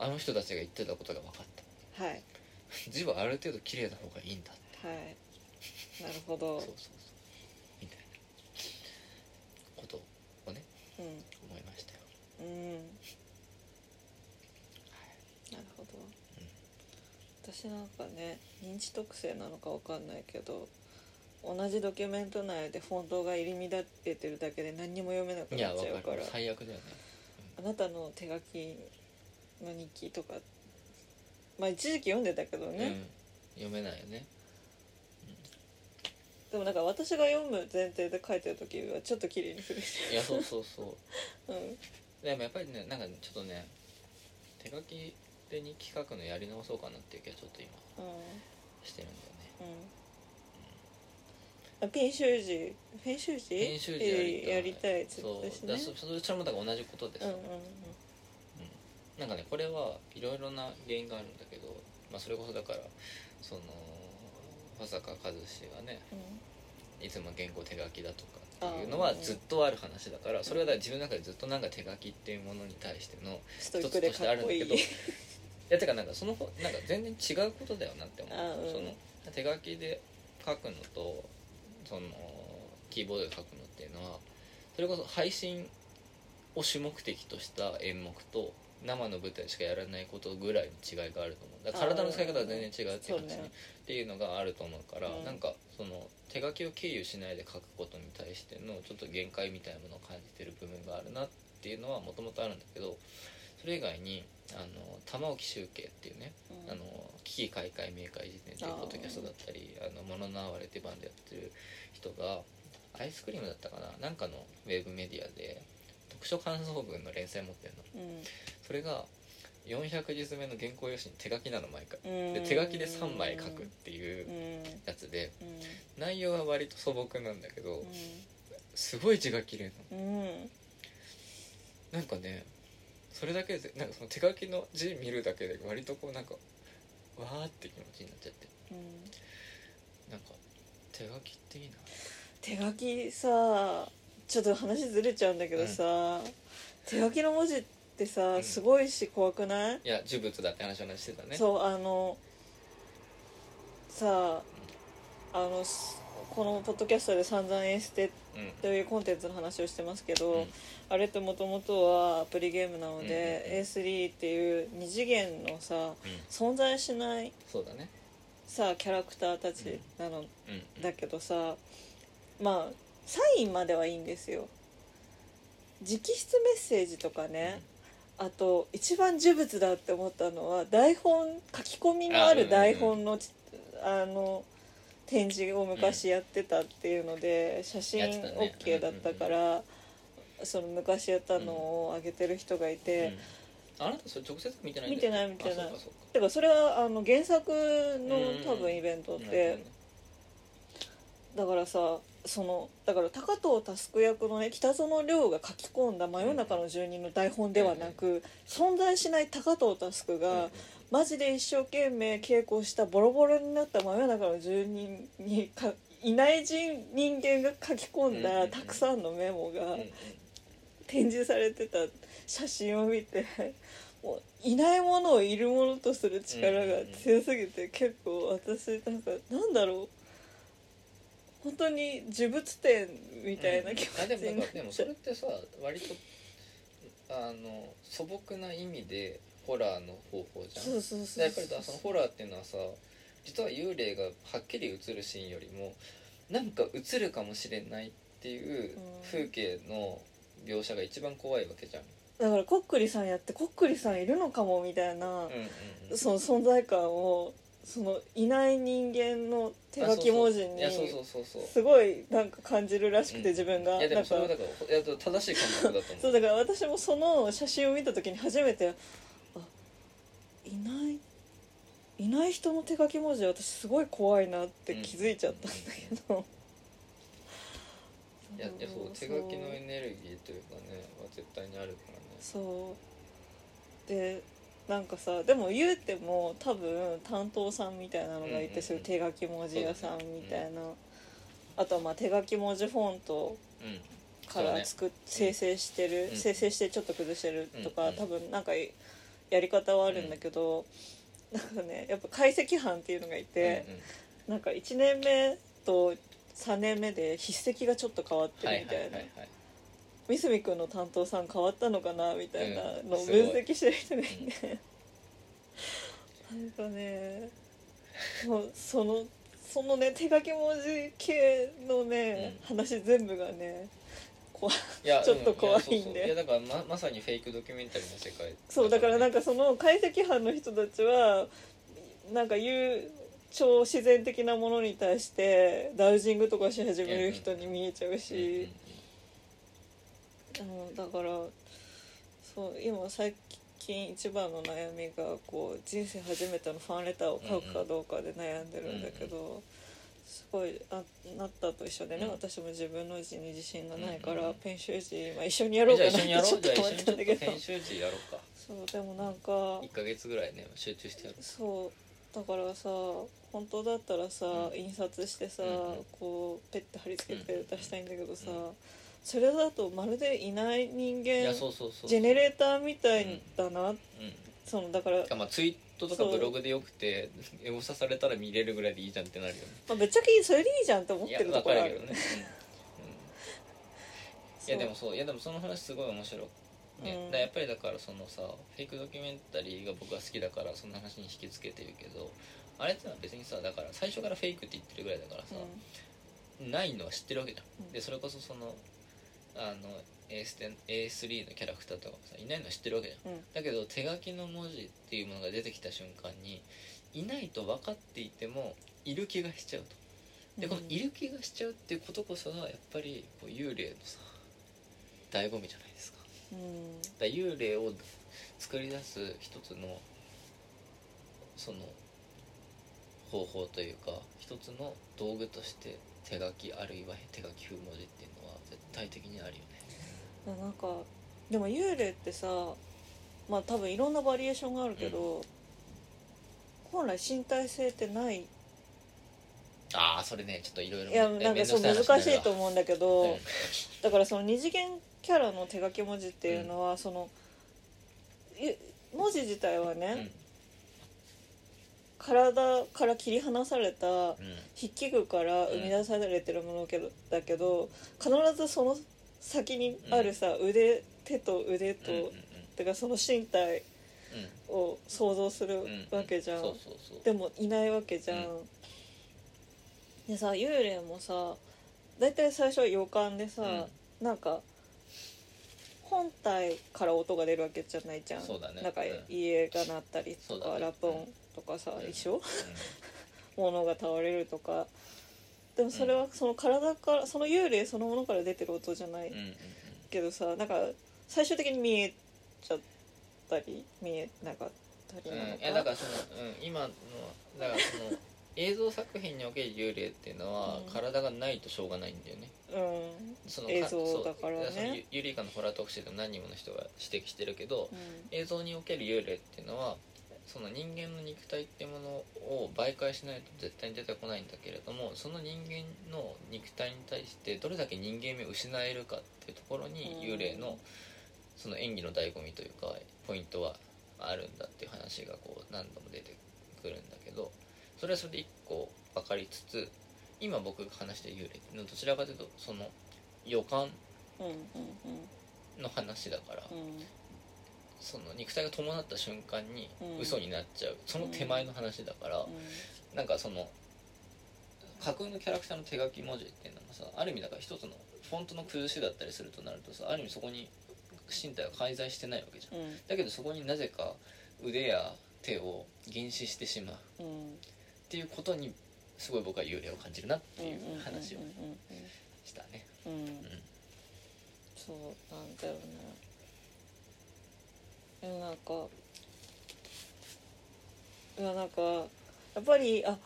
A: あの人たちが言ってたことが分かった
B: はい
A: 字はある程度綺麗な方がいいんだ
B: はいなるほ
A: そ
B: ど
A: うそうそうみたいなことをね
B: う
A: 思いましたよ
B: んうん
A: はい
B: なるほど、私なんかね認知特性なのかわかんないけど同じドキュメント内でフォントが入り乱れてるだけで何にも読めなく
A: い
B: な
A: や
B: っちゃう
A: 分
B: か
A: からる最悪だよね
B: あなたの手書きの日記とかまあ一時期読んでたけどね、
A: うん、読めないよね
B: でもなんか私が読む前提で書いてる時はちょっと綺麗にするし、
A: いやそうそうそう
B: うん、
A: でもやっぱりねなんかちょっとね手書きで日記書くのやり直そうかなっていう気はちょっと今
B: う
A: してるんだよね
B: んうん編集時編集時
A: 編集時やりたい
B: やりたいっつ
A: そう
B: って
A: だ
B: たし
A: から
B: ね
A: そそれもだから同じことです
B: うん
A: よ、
B: うん
A: なんかねこれはいろいろな原因があるんだけど、まあ、それこそだからその保坂和志がね
B: うんうん
A: いつも原稿手書きだとかっていうのはずっとある話だからそれはだから自分の中でずっとなんか手書きっていうものに対しての
B: ストイ
A: 一
B: ック
A: つ
B: で
A: と
B: か
A: してあ
B: っ
A: るん
B: こ
A: だ
B: い
A: け
B: い
A: どいやてかなんかそのほなんか全然違うことだよなって思
B: あ
A: う、
B: うん
A: その手書きで書くのとそのキーボードで書くのっていうのはそれこそ配信を主目的とした演目と生の舞台しかやらないことぐらいの違いがあると思うだから体の使い方は全然違うっていう話ね
B: あーそうね
A: っていうのがあると思うから、
B: うん
A: なんかその手書きを経由しないで書くことに対してのちょっと限界みたいなものを感じてる部分があるなっていうのはもともとあるんだけどそれ以外にあの玉置集計っていうね、
B: うん
A: あの危機開会明快辞典っていう
B: あー
A: ポッドキャストだったり「あの物のあわれ」っていうバンドやってる人がアイスクリームだったかななんかのウェブメディアで読書感想文の連載持ってるの
B: う
A: それが400字詰めの原稿用紙に手書きなの毎回
B: ん
A: で手書きで3枚書くっていう
B: うんうん
A: やつで内容は割と素朴なんだけど
B: う
A: すごい字が綺麗なん
B: うん
A: のなんかねそれだけでなんかその手書きの字見るだけで割とこうなんかわーって気持ちになっちゃって
B: うん
A: なんか手書きっていいな
B: 手書きさちょっと話ずれちゃうんだけどさ手書きの文字って
A: う
B: さ
A: ん
B: すごいし怖くない
A: いや呪物だって話話してたね
B: そうあのさあのすこのポッドキャストで散々エステ
A: うん、うん
B: というコンテンツの話をしてますけど、
A: うん
B: あれってもともとはアプリゲームなので、
A: うんうんうん
B: A3 っていう二次元のさ存在しない
A: そうだね
B: さキャラクターたちな
A: う
B: の
A: んうん
B: だけどさまあサインまではいいんですよ直筆メッセージとかね、あと一番呪物だって思ったのは台本書き込みのあ
A: あうんうんう
B: る
A: ん
B: 台本のちあの展示を昔やってたっていうので、写真
A: やってたね
B: OK だったから、その昔やったのを上げてる人がいて、
A: うんあなたそれ直接見てないんだ
B: 見てない見てな
A: あ
B: い
A: そうかそうか
B: てかそれはあの原作
A: うんうん
B: の多分イベントで。だからさそのだから高藤佑役のね北園亮が書き込んだ「真夜中の住人」の台本ではなく、存在しない高藤佑
A: うん
B: が、マジで一生懸命稽古したボロボロになった真夜中の住人にかいない人人間が書き込ん
A: うんうんう
B: だ
A: ん
B: たくさんのメモが
A: うんうん
B: 展示されてた写真を見て。もういないものをいるものとする力が強すぎて結構私なんかなんだろう本当に呪物展みたいな気持
A: あで
B: ち
A: もな
B: に
A: ん
B: な
A: か
B: っ
A: でも
B: ち
A: そ
B: ゃ
A: れってさ割とあの素朴な意味でホラーの方法じゃん
B: そうそうそう
A: やっぱりだそのホラーっていうのはさ実は幽霊がはっきり映るシーンよりもなんか映るかもしれないっていう
B: うん
A: 風景の描写が一番怖いわけじゃん。
B: だからこっくりさんやってこっくりさんいるのかもみたいな
A: うん、うんうん
B: その存在感をそのいない人間の手書き文字に
A: あそうそういやそうそうそうそ
B: すごいなんか感じるらしく
A: うん
B: て自分が
A: ういやで
B: な
A: も
B: ん
A: そ
B: か
A: れはだからいや正しい感覚だと 思
B: そう
A: う。
B: だから私もその写真を見た時に初めてあいないいない人の手書き文字私すごい怖いなって気づいちゃったんだけど、
A: いやいやそう手書きのエネルギーというかねは絶対にあるからね。
B: そうでなんかさでも言うても多分担当さんみたいなのがいて、
A: うんうんうん
B: そういう手書き文字屋さんみたいな、あとはまあ手書き文字フォント
A: うん
B: から作っ、生成してる、
A: うん
B: 生成してちょっと崩してるとか、
A: うん
B: 多分なんかいやり方はあるんだけど、なんかねやっぱ解析班っていうのがいて、なんか1年目と3年目で筆跡がちょっと変わって
A: は
B: る
A: い
B: み
A: は
B: た
A: い
B: いな、
A: はいはい
B: 三角君の担当さん変わったのかなみたいな
A: う
B: のを
A: んすごい
B: 分析してる人がい て、なんかねもうそのそのね手書き文字系のね、
A: うん
B: 話全部がね怖い
A: いや
B: ちょっと
A: う
B: 怖いんで
A: やそうそういやだからままさにフェイクドキュメンタリーの世界
B: そうだからなん
A: か
B: かその解析班の人たちはなんか言う超自然的なものに対してダウジングとかし始める人に見えちゃう
A: らね、
B: し、うん、だからそう今最近一番の悩みがこう人生初めてのファンレターを書くかどうかで悩んでるんだけど、すごいあなったと一緒でね、
A: うん
B: 私も自分の字に自信がないから、
A: うんうん
B: ペン習字、まあ、一緒にや
A: うんう
B: ろ
A: ん
B: うか
A: じゃ
B: な
A: あ一緒にや
B: って
A: ろ
B: ちょ
A: う
B: っ
A: じゃあ
B: と思っ
A: 一
B: た
A: 緒
B: んだ
A: にちょ
B: け
A: っ
B: ど
A: と編集時やろうか
B: そうでもなんか
A: 1か月ぐらいね集中してやろう
B: そうだからさ本当だったらさ、
A: うん
B: 印刷してさ、
A: うんうん
B: こうペッて貼り付けて出したいんだけどさ、
A: うん
B: それだとまるでいない人
A: い
B: 間
A: やそうそうそう
B: ジェネレーターみたいだな、
A: うん
B: そのだから、ま
A: まあ、ツイートとかブログでよくてエゴサされたら見れるぐらいでいいじゃんってなるよね
B: あ、ぶっちゃけそれでいいじゃんって思っ
A: い
B: て
A: や
B: ると
A: わ
B: こ
A: か
B: ろあ
A: るけ
B: る
A: どね、うんうんい
B: そう
A: やでもそういやでもその話すごい面白い、ね
B: う
A: だか
B: ん
A: らやっぱりだからそのさフェイクドキュメンタリーが僕は好きだからそんな話に引きつけてるけどあれってのは別にさだから最初からフェイクって言ってるぐらいだからさ、ないのは知ってるわけじゃん、
B: うん
A: でそれこそそのあの A3, A3 のキャラクターとかもさいないのは知ってるわけじゃん
B: うんうん
A: だけど手書きの文字っていうものが出てきた瞬間にいないと分かっていてもいる気がしちゃうとでこのいる気がしちゃうっていうことこそがやっぱりこう幽霊のさ醍醐味じゃないですか
B: うん
A: だから幽霊を作り出す一つのその方法というか一つの道具として手書きあるいは手書き風文字っていうのは絶対的にあるよね
B: なんかでも幽霊ってさまあ多分いろんなバリエーションがあるけど、本来身体性ってない
A: ああそれねちょっといろいろ
B: いやなんかそう難しいと思うんだけど、
A: うん
B: だからその二次元キャラの手書き文字っていうのは、そのゆ文字自体はね、
A: うん
B: 体から切り離された
A: うん
B: 筆記具から生み出されてるものけどだけど必ずその先にあるさ、腕手と腕と、
A: うんうんうん
B: てかその身体
A: うん
B: を想像する
A: うん
B: わけじゃん、
A: そうそうそう
B: でもいないわけじゃん、
A: うん
B: でさ幽霊もさ大体最初は予感でさ、なんか本体から音が出るわけじゃないじゃん
A: そうだね
B: なんか
A: うん
B: 家が鳴ったり
A: そ
B: と
A: う
B: か、
A: だね
B: ラップ音とかさ、
A: うん
B: 一緒
A: うん
B: 物が倒れるとかでもそれはその体からその幽霊そのものから出てる音じゃない
A: うんうんうん
B: けどさなんか最終的に見えちゃったり見えなかったりなの
A: うんいやだか
B: から
A: その、うん、今のだからその映像作品における幽霊っていうのは、
B: うん
A: 体がないとしょうがないんだよね
B: うん
A: その
B: 映像だからね
A: そうそのゆゆりかのホラー特集でも何人もの人が指摘してるけど
B: う
A: 映像における幽霊っていうのはその人間の肉体ってものを媒介しないと絶対に出てこないんだけれどもその人間の肉体に対してどれだけ人間味を失えるかっていうところに
B: うん
A: 幽霊のその演技の醍醐味というかポイントはあるんだっていう話がこう何度も出てくるんだけどそれはそれで一個分かりつつ今僕が話してる幽霊っていうのはどちらかというとその予感
B: んうん
A: の話だから
B: うんうん
A: その肉体が伴った瞬間に
B: うん
A: 嘘になっちゃう、その手前の話だから、なんかその架空のキャラクターの手書き文字っていうのもさある意味だから一つのフォントの崩しだったりするとなるとさある意味そこに身体は介在してないわけじゃん
B: うん
A: だけどそこになぜか腕や手を原始してしまうっ
B: うん
A: ていうことにすごい僕は幽霊を感じるなってい
B: うん
A: う話を
B: うんうん
A: したね
B: うんうんうん
A: うん
B: そうなんだよねでもなんかいやなんかやっぱりあ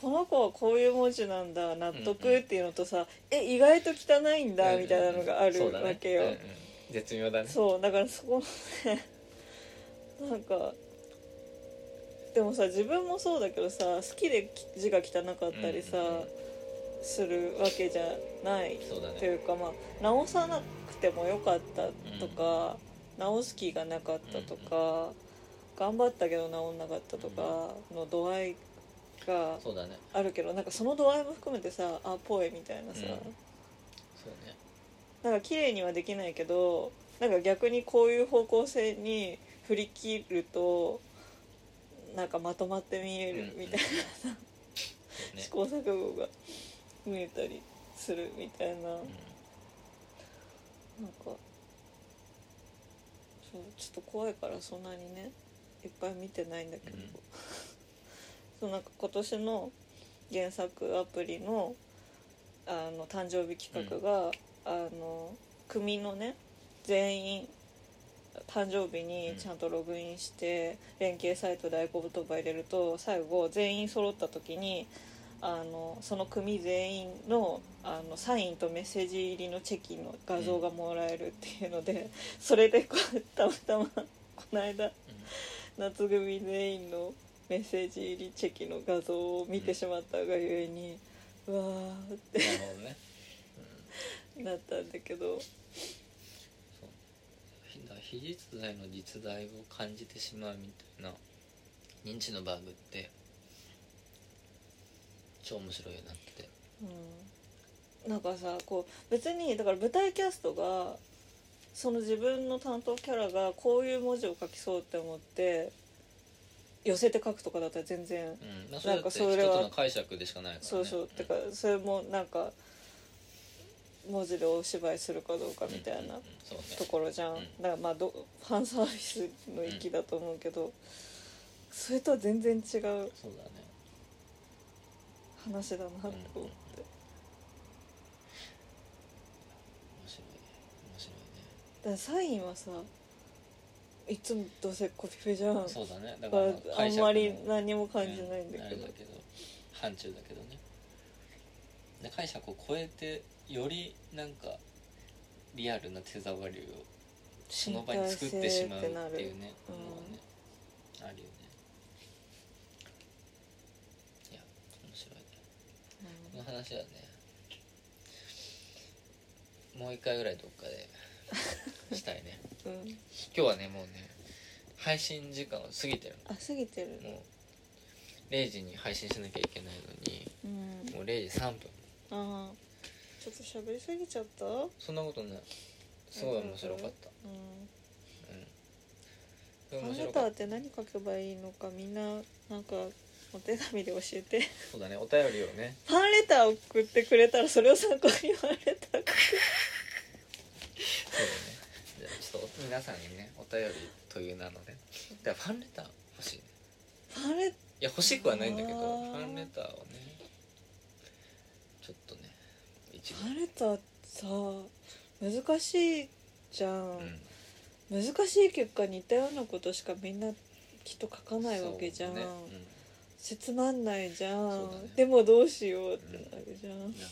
B: この子はこういう文字なんだ納
A: うんう
B: 得
A: ん
B: っていうのとさ、え意外と汚いんだ
A: うん
B: みたいなのがある
A: そうだね
B: わけよ、
A: うんうん絶妙だね
B: そうだからそこのねなんかでもさ自分もそうだけどさ好きでき字が汚かったりさ、
A: うんうんうん
B: するわけじゃない
A: そうだ
B: と
A: ね
B: いうかまあ直さなくてもよかったとか、直す気がなかったとか、頑張ったけど治んなかったとかの度合いが
A: そうだね
B: あるけどなんかその度合いも含めてさあっぽいみたいな
A: う
B: さ、
A: んそうね
B: なんか綺麗にはできないけどなんか逆にこういう方向性に振り切るとなんかまとまって見えるみたいな、
A: ね
B: 試行錯誤が見えたりするみたいな。
A: うん
B: なんかそうちょっと怖いからそんなにねいっぱい見てないんだけど、
A: うん
B: そうなんか今年の原作アプリのあの誕生日企画が、あの組のね全員誕生日にちゃんとログインして、連携サイトで合言葉入れると最後全員揃った時にあのその組全員のあのサインとメッセージ入りのチェキの画像がもらえるっていうので、それでこうたまたまこの間夏組全員のメッセージ入りチェキの画像を見てしまったがゆえに、うわーっ
A: うんなるほどね、うん
B: てなったんだけ
A: そう
B: ど
A: ひだ非実在の実在を感じてしまうみたいな認知のバグって超面白いなって
B: うんなんかさこう別にだから舞台キャストがその自分の担当キャラがこういう文字を書きそうって思って寄せて書くとかだったら全然
A: うんまあそれだ
B: な
A: っ
B: ん
A: て
B: か
A: 一
B: それは
A: つの解釈でしかないから、ね、
B: そうそうてかそれもなんか文字でお芝居するかどうかみたいな
A: うんうんうんそうね
B: ところじゃん
A: うん
B: だからまあどファンサービスの域だと思うけどそれとは全然違う
A: そうだね
B: 話だなと思っ
A: 面白い面白いね
B: てだからサインはさいつもどうせコピペじゃん
A: そうだねだ
B: だ
A: か
B: からら
A: まあ
B: あ
A: 解
B: ん
A: 釈の
B: まり何も感じないんだ
A: うんあ
B: け
A: れ
B: ど
A: だけど範疇だけどねで解釈を超えてよりなんかリアルな手触りをその場に作ってしまうっていうね
B: うん
A: のはねあるよねいや面白いねこの話はねもう一回ぐらいどっかでしたい ね
B: うん、うん
A: 今日はねもうね配信時間を過ぎてる
B: あ過ぎてる
A: のもう0時に配信しなきゃいけないの
B: うん
A: にもう0時3分
B: ああちょっと喋りすぎちゃった
A: そんなことないすごい面白かった
B: う
A: うん
B: ん、ファ
A: 面
B: ンレ
A: 白
B: タ
A: か
B: ー
A: っ
B: ったて何書けばいいのかみんななんかお手紙で教えて
A: そうだねお便りをね
B: ファンレター送ってくれたらそれを参考にファンレ ター送
A: そうだね。じゃあちょっと皆さんにねお便りという名のね。じゃファンレター欲しいね。
B: ファンレ
A: いや欲しくはないんだけど
B: あ
A: フ
B: ー
A: ァンレターをねちょっとね一
B: フ
A: 部
B: ァンレターってさ難しいじゃん、
A: う
B: 難しい結果似たようなことしかみんなきっと書か
A: ん
B: ないわけじゃん、
A: そうね
B: つまんないじゃん、
A: そうだね
B: でもどうしようってなるじゃん、
A: うんなるほどね。だか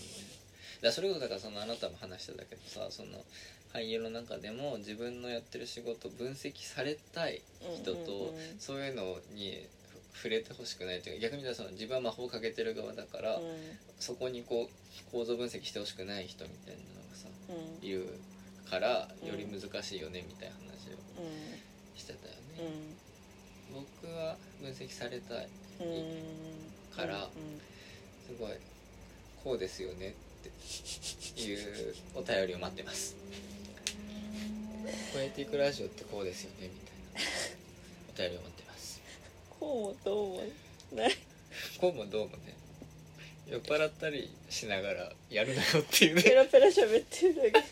A: らそれこそだからそのあなたも話してたけどさその俳優の中でも自分のやってる仕事を分析されたい人と、
B: うんうんうん
A: そういうのにふ触れてほしくないというか逆に言うとその自分は魔法をかけてる側だから、
B: うん
A: そこにこう構造分析してほしくない人みたいなのがさ
B: うん
A: いるからよ
B: うん
A: り難しいよねみたいな話をしてたよ
B: うん
A: ね、僕は分析されたい
B: うんうん
A: から
B: うん
A: すごいこうですよねっていうお便りを待ってます「超えていくラジオってこうですよね」みたいなお便りを待ってます
B: こうもどうもない
A: こうもどうもね酔っ払ったりしながらやるなよっていう
B: ペ
A: ね
B: ラペラ喋ってるだけ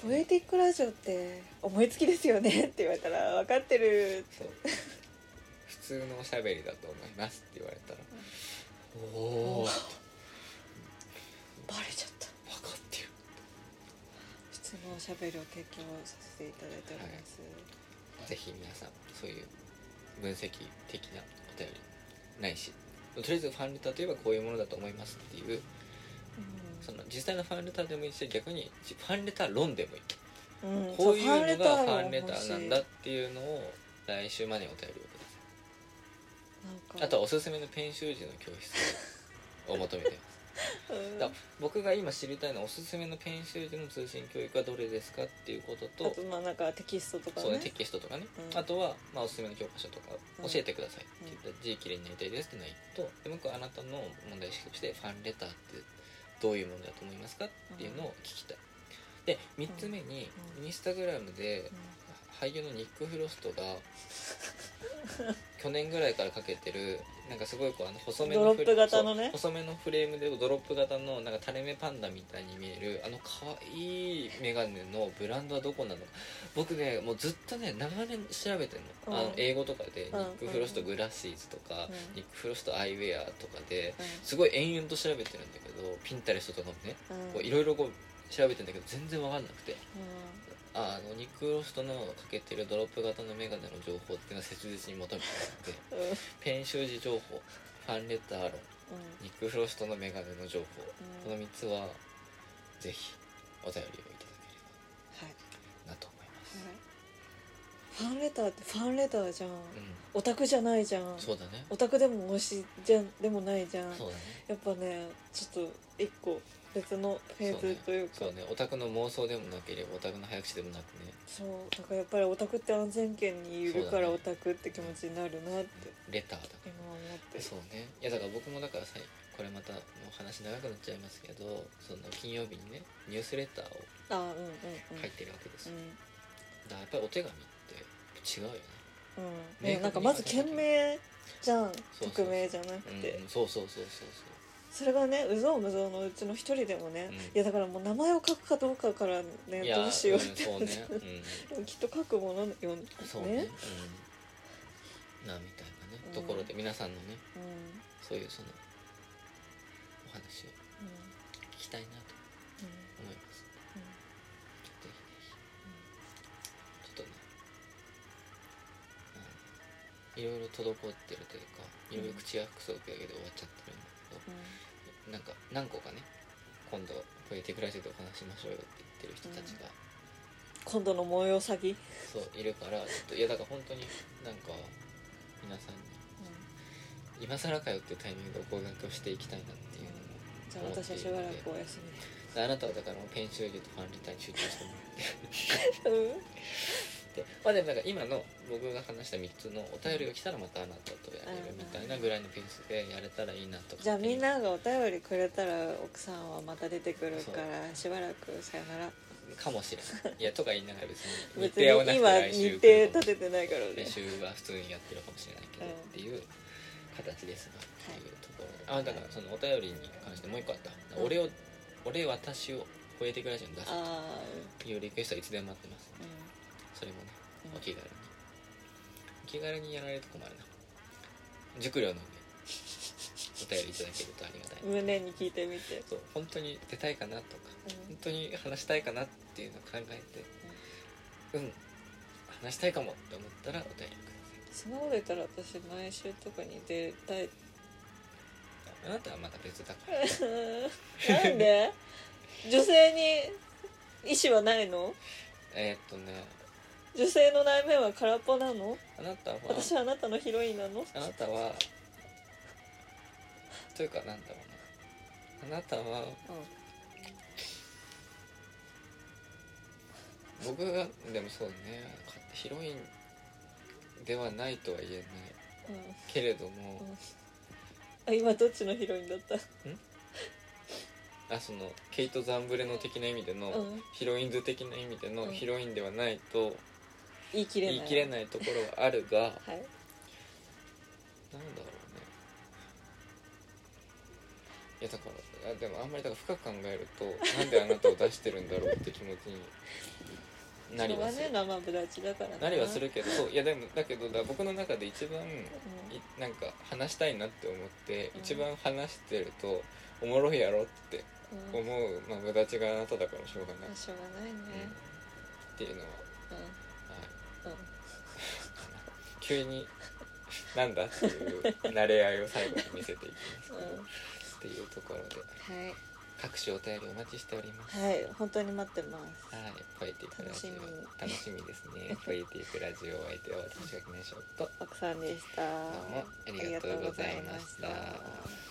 B: ポエティックラジオって思いつきですよねって言われたら分かってる
A: そう普通のおしゃべりだと思いますって言われたら「おお分か
B: バレちゃった
A: ってる」
B: 普通のおしゃべりを提供させていただいております、
A: ぜひ皆さんそういう分析的なお便りないしとりあえずファンレターといえばこういうものだと思いますっていうその実際のファンレターでもいいし逆にファンレター論でもいい
B: うんうん
A: こういう
B: そ
A: のがフ
B: フ
A: ァ
B: ァ
A: ン
B: ン
A: レ
B: レ
A: タ
B: ター
A: ーなんだっていうのを来週までにお便りをくださいあ
B: あ
A: とは
B: と
A: おすすめのペン習字の教室をお求めてます
B: うん
A: だ僕が今知りたいのはおすすめの研修時の通信教育はどれですかっていうこと
B: あ
A: と
B: とまあなんかテキストとか
A: そうねテ
B: ね
A: キストとかね、
B: うん
A: あとは、まあ、おすすめの教科書とか
B: うん
A: 教えてくださいって言ったら字きれいになりたいですっていうのが1とでもう一個あなたの問題意識としてファンレターってどういうものだと思いますかっていうのを聞きたいで3つ目に
B: うん
A: インスタグラムで
B: う
A: 俳優のニック・フロスト が去年ぐらいからかけてるなんかすごいこうあの細めのフレ
B: ドロップ型のね
A: そう細めのフレームでドロップ型のなんか垂れ目パンダみたいに見えるあの可愛いメガネのブランドはどこなのか僕ねもうずっとね長年調べてんの,、あ
B: うん
A: の英語とかでニック・フロスト
B: うん
A: グラシーズとか、
B: うん
A: ニック・フロストアイウェアとかで
B: ん
A: すごい延々と調べてるんだけどピンタレストとかもね
B: うん
A: こういろいろこう調べてんだけど全然わかんなくて
B: う
A: ああのニック・フロストのかけてるドロップ型のメガネの情報っていうのは切実に求めてなくて
B: んうん
A: ペン習字情報ファンレター論ニック・フロストのメガネの情報こ
B: うん
A: の
B: はい
A: 3つはぜひお便りをいただければなと思います、
B: ファンレターってファンレターじゃん
A: う
B: オタクじゃないじゃん
A: ん、そうだね
B: オタクでも推しじゃんでもないじゃん
A: そうだね
B: やっぱねちょっと一個別のフェーズというか
A: そうねオタクの妄想でもなければオタクの早口でもなくね
B: そうだからやっぱりオタクって安全圏にいる
A: そ
B: か
A: うだね
B: らオタクって気持ちになるなって
A: レターだか
B: 今思って
A: らそうねいやだから僕もだからさこれまたもう話長くなっちゃいますけどその金曜日にねニュースレターを
B: あうんうんうん
A: 書いてるわけですよ、
B: う
A: だからやっぱりお手紙って違うよね
B: ん
A: 明確に
B: うんねなんかまず件名じゃん
A: そう
B: 匿名じゃなくて、
A: うん、そうそうそうそうそ
B: それがねうぞうむぞうのうちの一人でもね、
A: うん
B: いやだからもう名前を書くかどうかから
A: う
B: ねどうしようっ
A: ん
B: て、
A: そうね、
B: でもきっと書くものよね
A: うん、そうね
B: ね
A: うん、なみたいなね、
B: うん
A: ところで皆さんのね
B: うんうん
A: そういうそのお話を
B: うん
A: 聞きたいなと思いますぜひぜひちょっとね、うん、いろいろ滞ってるというかいろいろ口がくそくだけで終わっちゃってるんだけど、
B: う
A: なんか何個かね今度ポエティクラジオでお話しましょうよって言ってる人たちが、
B: ん今度の模様詐欺、
A: そういるからちょっといやだから本当になんか皆さんに今更かよっていうタイミングでお声掛けをしていきたいなっていうのも
B: じゃあ私はしばらくお休
A: であなたはだからもうペン修理とファンレターに集中してもらってまあで
B: み、うん、
A: もなんか今の僕が話した3つのお便りが来たらまたあなたとやれるみたいなぐらいのペースでやれたらいいなとか
B: じゃあみんながお便りくれたら奥さんはまた出てくるからしばらくさよなら
A: かもしれないいやとか言いながら別に
B: 別
A: 日程をな
B: に
A: くて来
B: 今日
A: 週
B: 程
A: 来るかも
B: 立ててないから
A: 練
B: ね
A: 習は普通にやってるかもしれないけど、
B: うん
A: っていう形ですな
B: はい
A: っていうところで、あだからそのお便りに関してもう一個あった「
B: うん
A: 俺を俺私を超えてくラジオに出す」
B: あ
A: というリクエストはいつでも待ってます
B: あ
A: それもね
B: うん
A: お気軽にお気軽にやられると困るな熟慮なんでお便りいただけるとありがたい
B: うん胸に聞いてみて、
A: そう本当に出たいかなとか
B: うん
A: 本当に話したいかなっていうのを考えてうん話したいかもって思ったらお便りをください
B: そんなこと言ったら私毎週とかに出たい
A: あなたはまた別だから
B: なんで女性に意思はないの
A: えーっとね
B: 女性の内面は空っぽなの
A: あなたは
B: 私はあなたのヒロインなの
A: あなたはというかなんだろうなあなたは僕がでもそうねヒロインではないとは言えない
B: うん、うん
A: けれど
B: う
A: も
B: んあ今どっちのヒロインだった
A: あそのケイト・ザンブレの的な意味での、
B: うん
A: ヒロインズ的な意味での
B: うん
A: ヒロインではないと
B: 言い切れな
A: 言
B: い
A: い切れないところはあるが
B: はい
A: なんだろうねいやだからあでもあんまりだから深く考えるとなんであなたを出してるんだろうって気持ちになりはす
B: しょ
A: る
B: うがね生ブダチだから
A: なりはするけどそういやでもだけどだから僕の中で一番いなんか話したいなって思って
B: うん
A: 一番話してるとおもろいやろって
B: う
A: 思
B: ん、うん
A: うまあ無駄ちがあなただからしょうがない、
B: まあしょうがない
A: う
B: ね
A: んっていうのは、はい、
B: うん、うん
A: 急に「なんだ?」っていう慣れ合いを最後に見せていきますけど、
B: うん
A: っていうところで
B: はい
A: 各種お便りお待ちしております
B: はい本当に待ってます
A: はい、ポエティックラジオ楽
B: 楽
A: しみです ねポエティックラジオお相手は私が決めショット
B: 奥さんでした
A: どうもありがとうございました
B: ありがとうございました